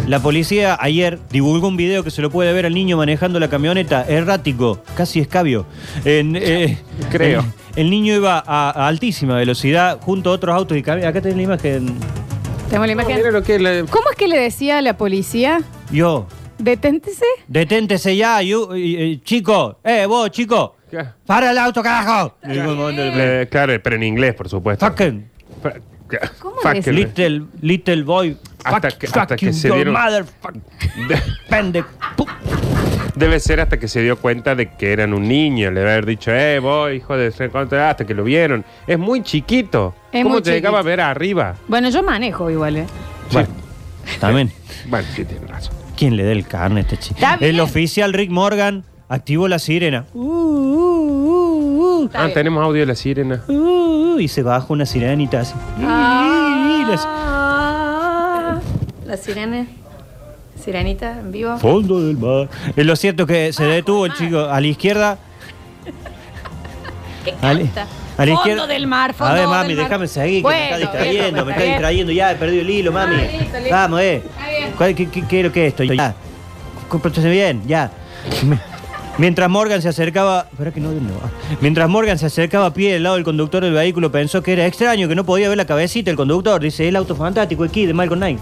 [SPEAKER 3] La policía ayer divulgó un video que se lo puede ver al niño manejando la camioneta, errático, casi escabio. En, eh,
[SPEAKER 4] Creo.
[SPEAKER 3] en- el niño iba a, a altísima velocidad junto a otros autos y cami- acá tenés la imagen.
[SPEAKER 2] Tenemos la
[SPEAKER 4] No,
[SPEAKER 2] imagen.
[SPEAKER 4] mira lo que es la-
[SPEAKER 2] ¿Cómo es que le decía a la policía?
[SPEAKER 3] Yo,
[SPEAKER 2] Deténtese.
[SPEAKER 3] deténtese ya, you- eh, eh, chico, eh, vos, chico,
[SPEAKER 4] Claro.
[SPEAKER 3] para el auto, carajo. En algún momento le-
[SPEAKER 4] Eh, claro, pero en inglés, por supuesto.
[SPEAKER 3] Fucking
[SPEAKER 4] Fa- ca-
[SPEAKER 2] ¿Cómo
[SPEAKER 4] fuck
[SPEAKER 2] decís?
[SPEAKER 4] it.
[SPEAKER 3] little, little boy,
[SPEAKER 4] Hasta
[SPEAKER 3] fuck,
[SPEAKER 4] que-
[SPEAKER 3] fuck
[SPEAKER 4] hasta que
[SPEAKER 3] you,
[SPEAKER 4] se
[SPEAKER 3] your
[SPEAKER 4] dieron-
[SPEAKER 3] mother, fuck,
[SPEAKER 4] [LAUGHS] De-
[SPEAKER 3] pende- pu-
[SPEAKER 4] Debe ser hasta que se dio cuenta de que eran un niño, le haber dicho, eh, vos, hijo de ser contra, hasta que lo vieron. Es muy chiquito.
[SPEAKER 2] Es
[SPEAKER 4] ¿Cómo
[SPEAKER 2] muy
[SPEAKER 4] te llegaba a
[SPEAKER 2] chiquito.
[SPEAKER 4] ver arriba?
[SPEAKER 2] Bueno, yo manejo igual, ¿eh?
[SPEAKER 3] Bueno, también.
[SPEAKER 4] Bueno, sí, tiene razón.
[SPEAKER 3] ¿Quién le dé el carne a este chico?
[SPEAKER 2] Está bien.
[SPEAKER 3] El oficial Rick Morgan activó la sirena. Uh,
[SPEAKER 2] Está
[SPEAKER 4] ah,
[SPEAKER 2] bien.
[SPEAKER 4] tenemos audio de la sirena.
[SPEAKER 3] uh, uh, y se baja una sirenita así. Las-
[SPEAKER 2] Ah, la sirena. Sirenita en vivo.
[SPEAKER 3] Fondo del mar. Eh, Lo cierto es que se detuvo el chico a la izquierda.
[SPEAKER 2] ¿Qué
[SPEAKER 3] A la-
[SPEAKER 2] canta?
[SPEAKER 3] a la
[SPEAKER 2] fondo
[SPEAKER 3] izquierda-
[SPEAKER 2] del mar, fondo
[SPEAKER 3] A ver, mami,
[SPEAKER 2] del mar.
[SPEAKER 3] déjame seguir, que me
[SPEAKER 2] Bueno,
[SPEAKER 3] está
[SPEAKER 2] pues, eh, bien,
[SPEAKER 3] distrayendo, me
[SPEAKER 2] está
[SPEAKER 3] está
[SPEAKER 2] bien.
[SPEAKER 3] distrayendo. Ya, he perdido el hilo, mami.
[SPEAKER 2] Ah, listo, listo.
[SPEAKER 3] Vamos, eh.
[SPEAKER 2] Está bien.
[SPEAKER 3] ¿Cuál- qué, qué- qué es lo que es esto? Ya. Compórtese bien, ya. Me- Mientras Morgan se acercaba. Espera que no, no. Ah. Mientras Morgan se acercaba a pie del lado del conductor del vehículo, pensó que era extraño, que no podía ver la cabecita del conductor. Dice, el auto fantástico aquí de Malcolm Knight.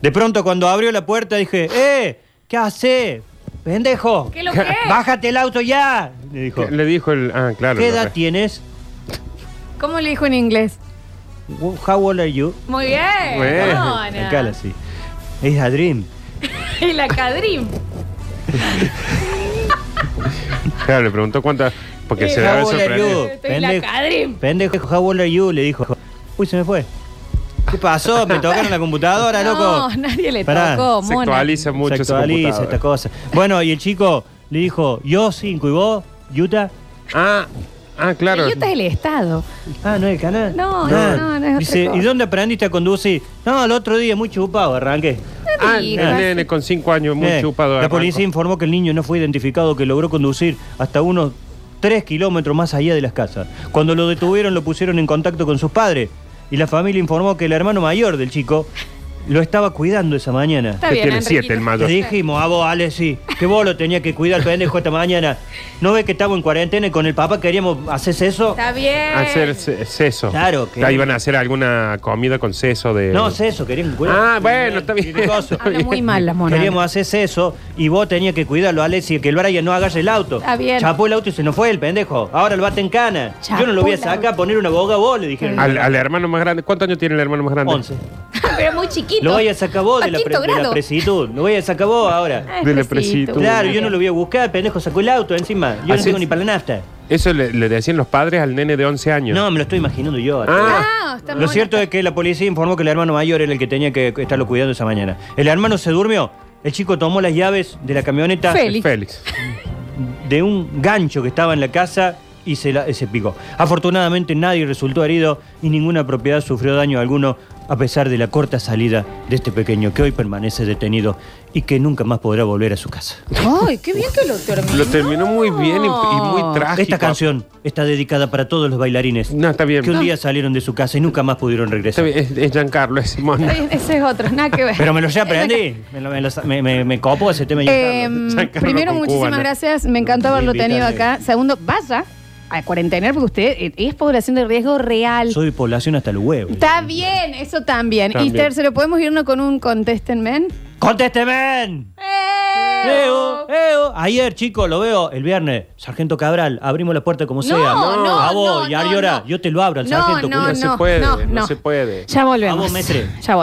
[SPEAKER 3] De pronto, cuando abrió la puerta, dije, ¡eh! ¿Qué hace? ¡Pendejo!
[SPEAKER 2] ¿Qué lo que es?
[SPEAKER 3] ¡Bájate el auto ya! Le dijo.
[SPEAKER 4] Le dijo el. Ah, claro.
[SPEAKER 3] ¿Qué
[SPEAKER 4] lo
[SPEAKER 3] edad
[SPEAKER 4] re-
[SPEAKER 3] tienes?
[SPEAKER 2] ¿Cómo le dijo en inglés?
[SPEAKER 3] How old are you?
[SPEAKER 2] Muy bien.
[SPEAKER 4] Bueno,
[SPEAKER 2] Nona.
[SPEAKER 3] Acá la sí. Es a dream.
[SPEAKER 2] eh. [LAUGHS] Y la Cadrim.
[SPEAKER 4] Claro, le preguntó cuántas. Porque
[SPEAKER 2] Eh,
[SPEAKER 4] se
[SPEAKER 3] How
[SPEAKER 4] debe
[SPEAKER 3] old are you?
[SPEAKER 4] sorprender.
[SPEAKER 2] Estoy la
[SPEAKER 3] Pendejo.
[SPEAKER 2] Cadrim.
[SPEAKER 3] Pendejo, how old are you? Le dijo. Uy, se me fue. ¿Qué pasó?
[SPEAKER 4] [LAUGHS]
[SPEAKER 3] ¿Me tocaron la computadora,
[SPEAKER 2] No,
[SPEAKER 3] loco?
[SPEAKER 2] nadie le
[SPEAKER 3] Pará.
[SPEAKER 2] tocó,
[SPEAKER 4] Se
[SPEAKER 2] mona.
[SPEAKER 4] actualiza mucho
[SPEAKER 3] se
[SPEAKER 4] esa
[SPEAKER 3] actualiza
[SPEAKER 4] computadora.
[SPEAKER 3] esta cosa. Bueno, y el chico le dijo, yo cinco y vos, Utah.
[SPEAKER 4] Ah, ah, claro.
[SPEAKER 2] El Utah este es el Estado.
[SPEAKER 3] Ah, no es el canal.
[SPEAKER 2] No,
[SPEAKER 3] Ah.
[SPEAKER 2] no, no, no es otra
[SPEAKER 3] Dice,
[SPEAKER 2] cosa.
[SPEAKER 3] ¿y dónde aprendiste a conducir? No, el otro día muy chupado, arranqué.
[SPEAKER 4] Ah, el
[SPEAKER 2] digas.
[SPEAKER 4] nene con cinco años, muy
[SPEAKER 3] Eh,
[SPEAKER 4] chupado.
[SPEAKER 3] La
[SPEAKER 4] arrancó.
[SPEAKER 3] policía informó que el niño no fue identificado, que logró conducir hasta unos 3 kilómetros más allá de las casas. Cuando lo detuvieron, lo pusieron en contacto con sus padres. Y la familia informó que el hermano mayor del chico lo estaba cuidando esa mañana.
[SPEAKER 2] Está
[SPEAKER 4] Que
[SPEAKER 2] bien,
[SPEAKER 4] tiene
[SPEAKER 2] Enriquito.
[SPEAKER 4] siete el
[SPEAKER 3] Le
[SPEAKER 4] mayor.
[SPEAKER 3] dijimos a vos, Alexi, que vos lo tenías que cuidar, pendejo, esta mañana. ¿No ves que estamos en cuarentena y con el papá queríamos hacer eso?
[SPEAKER 2] Está bien.
[SPEAKER 4] Hacer ce- seso.
[SPEAKER 3] Claro que-
[SPEAKER 4] Ah, Iban a hacer alguna comida con seso de.
[SPEAKER 3] No, eso, queríamos cuidar.
[SPEAKER 4] Ah, bueno, está bien.
[SPEAKER 3] Qué cosa.
[SPEAKER 2] Habla muy mal la mona. [LAUGHS]
[SPEAKER 3] Queríamos hacer eso y vos tenías que cuidarlo, Alexi, que el Brian no agarre el auto.
[SPEAKER 2] Está bien.
[SPEAKER 3] Chapó el auto y se nos fue el pendejo. Ahora lo bate en cana.
[SPEAKER 2] Chapó
[SPEAKER 3] Yo no lo voy a
[SPEAKER 2] el
[SPEAKER 3] sacar, poner una boga vos, le dijeron.
[SPEAKER 4] Al, al hermano más grande. ¿Cuántos años tiene el hermano más grande?
[SPEAKER 3] Once.
[SPEAKER 2] Pero muy chiquito.
[SPEAKER 3] Lo voy a sacar vos
[SPEAKER 2] Pa'
[SPEAKER 3] de la, pre-
[SPEAKER 2] quinto
[SPEAKER 3] de la
[SPEAKER 2] grado. Ah,
[SPEAKER 3] presitud. Lo voy a sacar vos ahora.
[SPEAKER 2] Ay,
[SPEAKER 4] de la
[SPEAKER 2] cosito.
[SPEAKER 4] presitud.
[SPEAKER 3] Claro, yo no lo voy a buscar, el pendejo sacó el auto encima. Yo no
[SPEAKER 4] Así
[SPEAKER 3] tengo
[SPEAKER 4] es.
[SPEAKER 3] ni para la nafta.
[SPEAKER 4] Eso le, le decían los padres al nene de 11 años.
[SPEAKER 3] No, me lo estoy imaginando yo.
[SPEAKER 2] Ah, está
[SPEAKER 3] Lo cierto es que la policía informó que el hermano mayor era el que tenía que estarlo cuidando esa mañana. El hermano se durmió. El chico tomó las llaves de la camioneta.
[SPEAKER 2] Feliz.
[SPEAKER 4] Félix. Félix.
[SPEAKER 3] de un gancho que estaba en la casa y se, la- se picó. Afortunadamente nadie resultó herido y ninguna propiedad sufrió daño alguno a pesar de la corta salida de este pequeño que hoy permanece detenido y que nunca más podrá volver a su casa.
[SPEAKER 2] Ay, qué bien que lo terminó.
[SPEAKER 4] Lo terminó muy bien y, y muy trágico.
[SPEAKER 3] Esta canción está dedicada para todos los bailarines
[SPEAKER 4] Ah, No, está bien. Ah.
[SPEAKER 3] que un día salieron de su casa y nunca más pudieron
[SPEAKER 4] Está
[SPEAKER 3] regresar.
[SPEAKER 4] bien, Es, es Giancarlo, es Simón.
[SPEAKER 2] Está bien, Ese es otro, nada que ver.
[SPEAKER 3] Pero me lo ya aprendí. Me, lo- me lo- me- me- me copo ese tema.
[SPEAKER 2] Eh,
[SPEAKER 3] Giancarlo.
[SPEAKER 4] Sacarlo
[SPEAKER 2] primero,
[SPEAKER 4] con
[SPEAKER 2] muchísimas
[SPEAKER 4] cubana.
[SPEAKER 2] gracias. Me encantó haberlo
[SPEAKER 3] Invítame.
[SPEAKER 2] tenido acá. Segundo, vaya a cuarentenar porque usted eh, es población de riesgo real.
[SPEAKER 3] Soy población hasta el huevo.
[SPEAKER 2] Está bien, eso también.
[SPEAKER 4] También.
[SPEAKER 2] Y tercero, ¿podemos irnos con un contesten men?
[SPEAKER 3] ¡Contésteme!
[SPEAKER 2] ¡Eh! ¡Eo!
[SPEAKER 3] ¡Eo! ¡Eo! Ayer, chicos, lo veo el viernes. Sargento Cabral, abrimos la puerta como
[SPEAKER 2] No,
[SPEAKER 3] sea.
[SPEAKER 2] no,
[SPEAKER 3] a vos,
[SPEAKER 2] no,
[SPEAKER 3] y a
[SPEAKER 2] no,
[SPEAKER 3] Ariora,
[SPEAKER 2] no.
[SPEAKER 3] yo te lo abro al
[SPEAKER 2] No,
[SPEAKER 3] sargento.
[SPEAKER 2] no,
[SPEAKER 3] culo.
[SPEAKER 4] No, se
[SPEAKER 2] no,
[SPEAKER 4] puede,
[SPEAKER 2] no,
[SPEAKER 4] no,
[SPEAKER 2] no.
[SPEAKER 4] se puede.
[SPEAKER 2] Ya volvemos.
[SPEAKER 3] Vamos, Mestre.
[SPEAKER 2] Ya volvemos.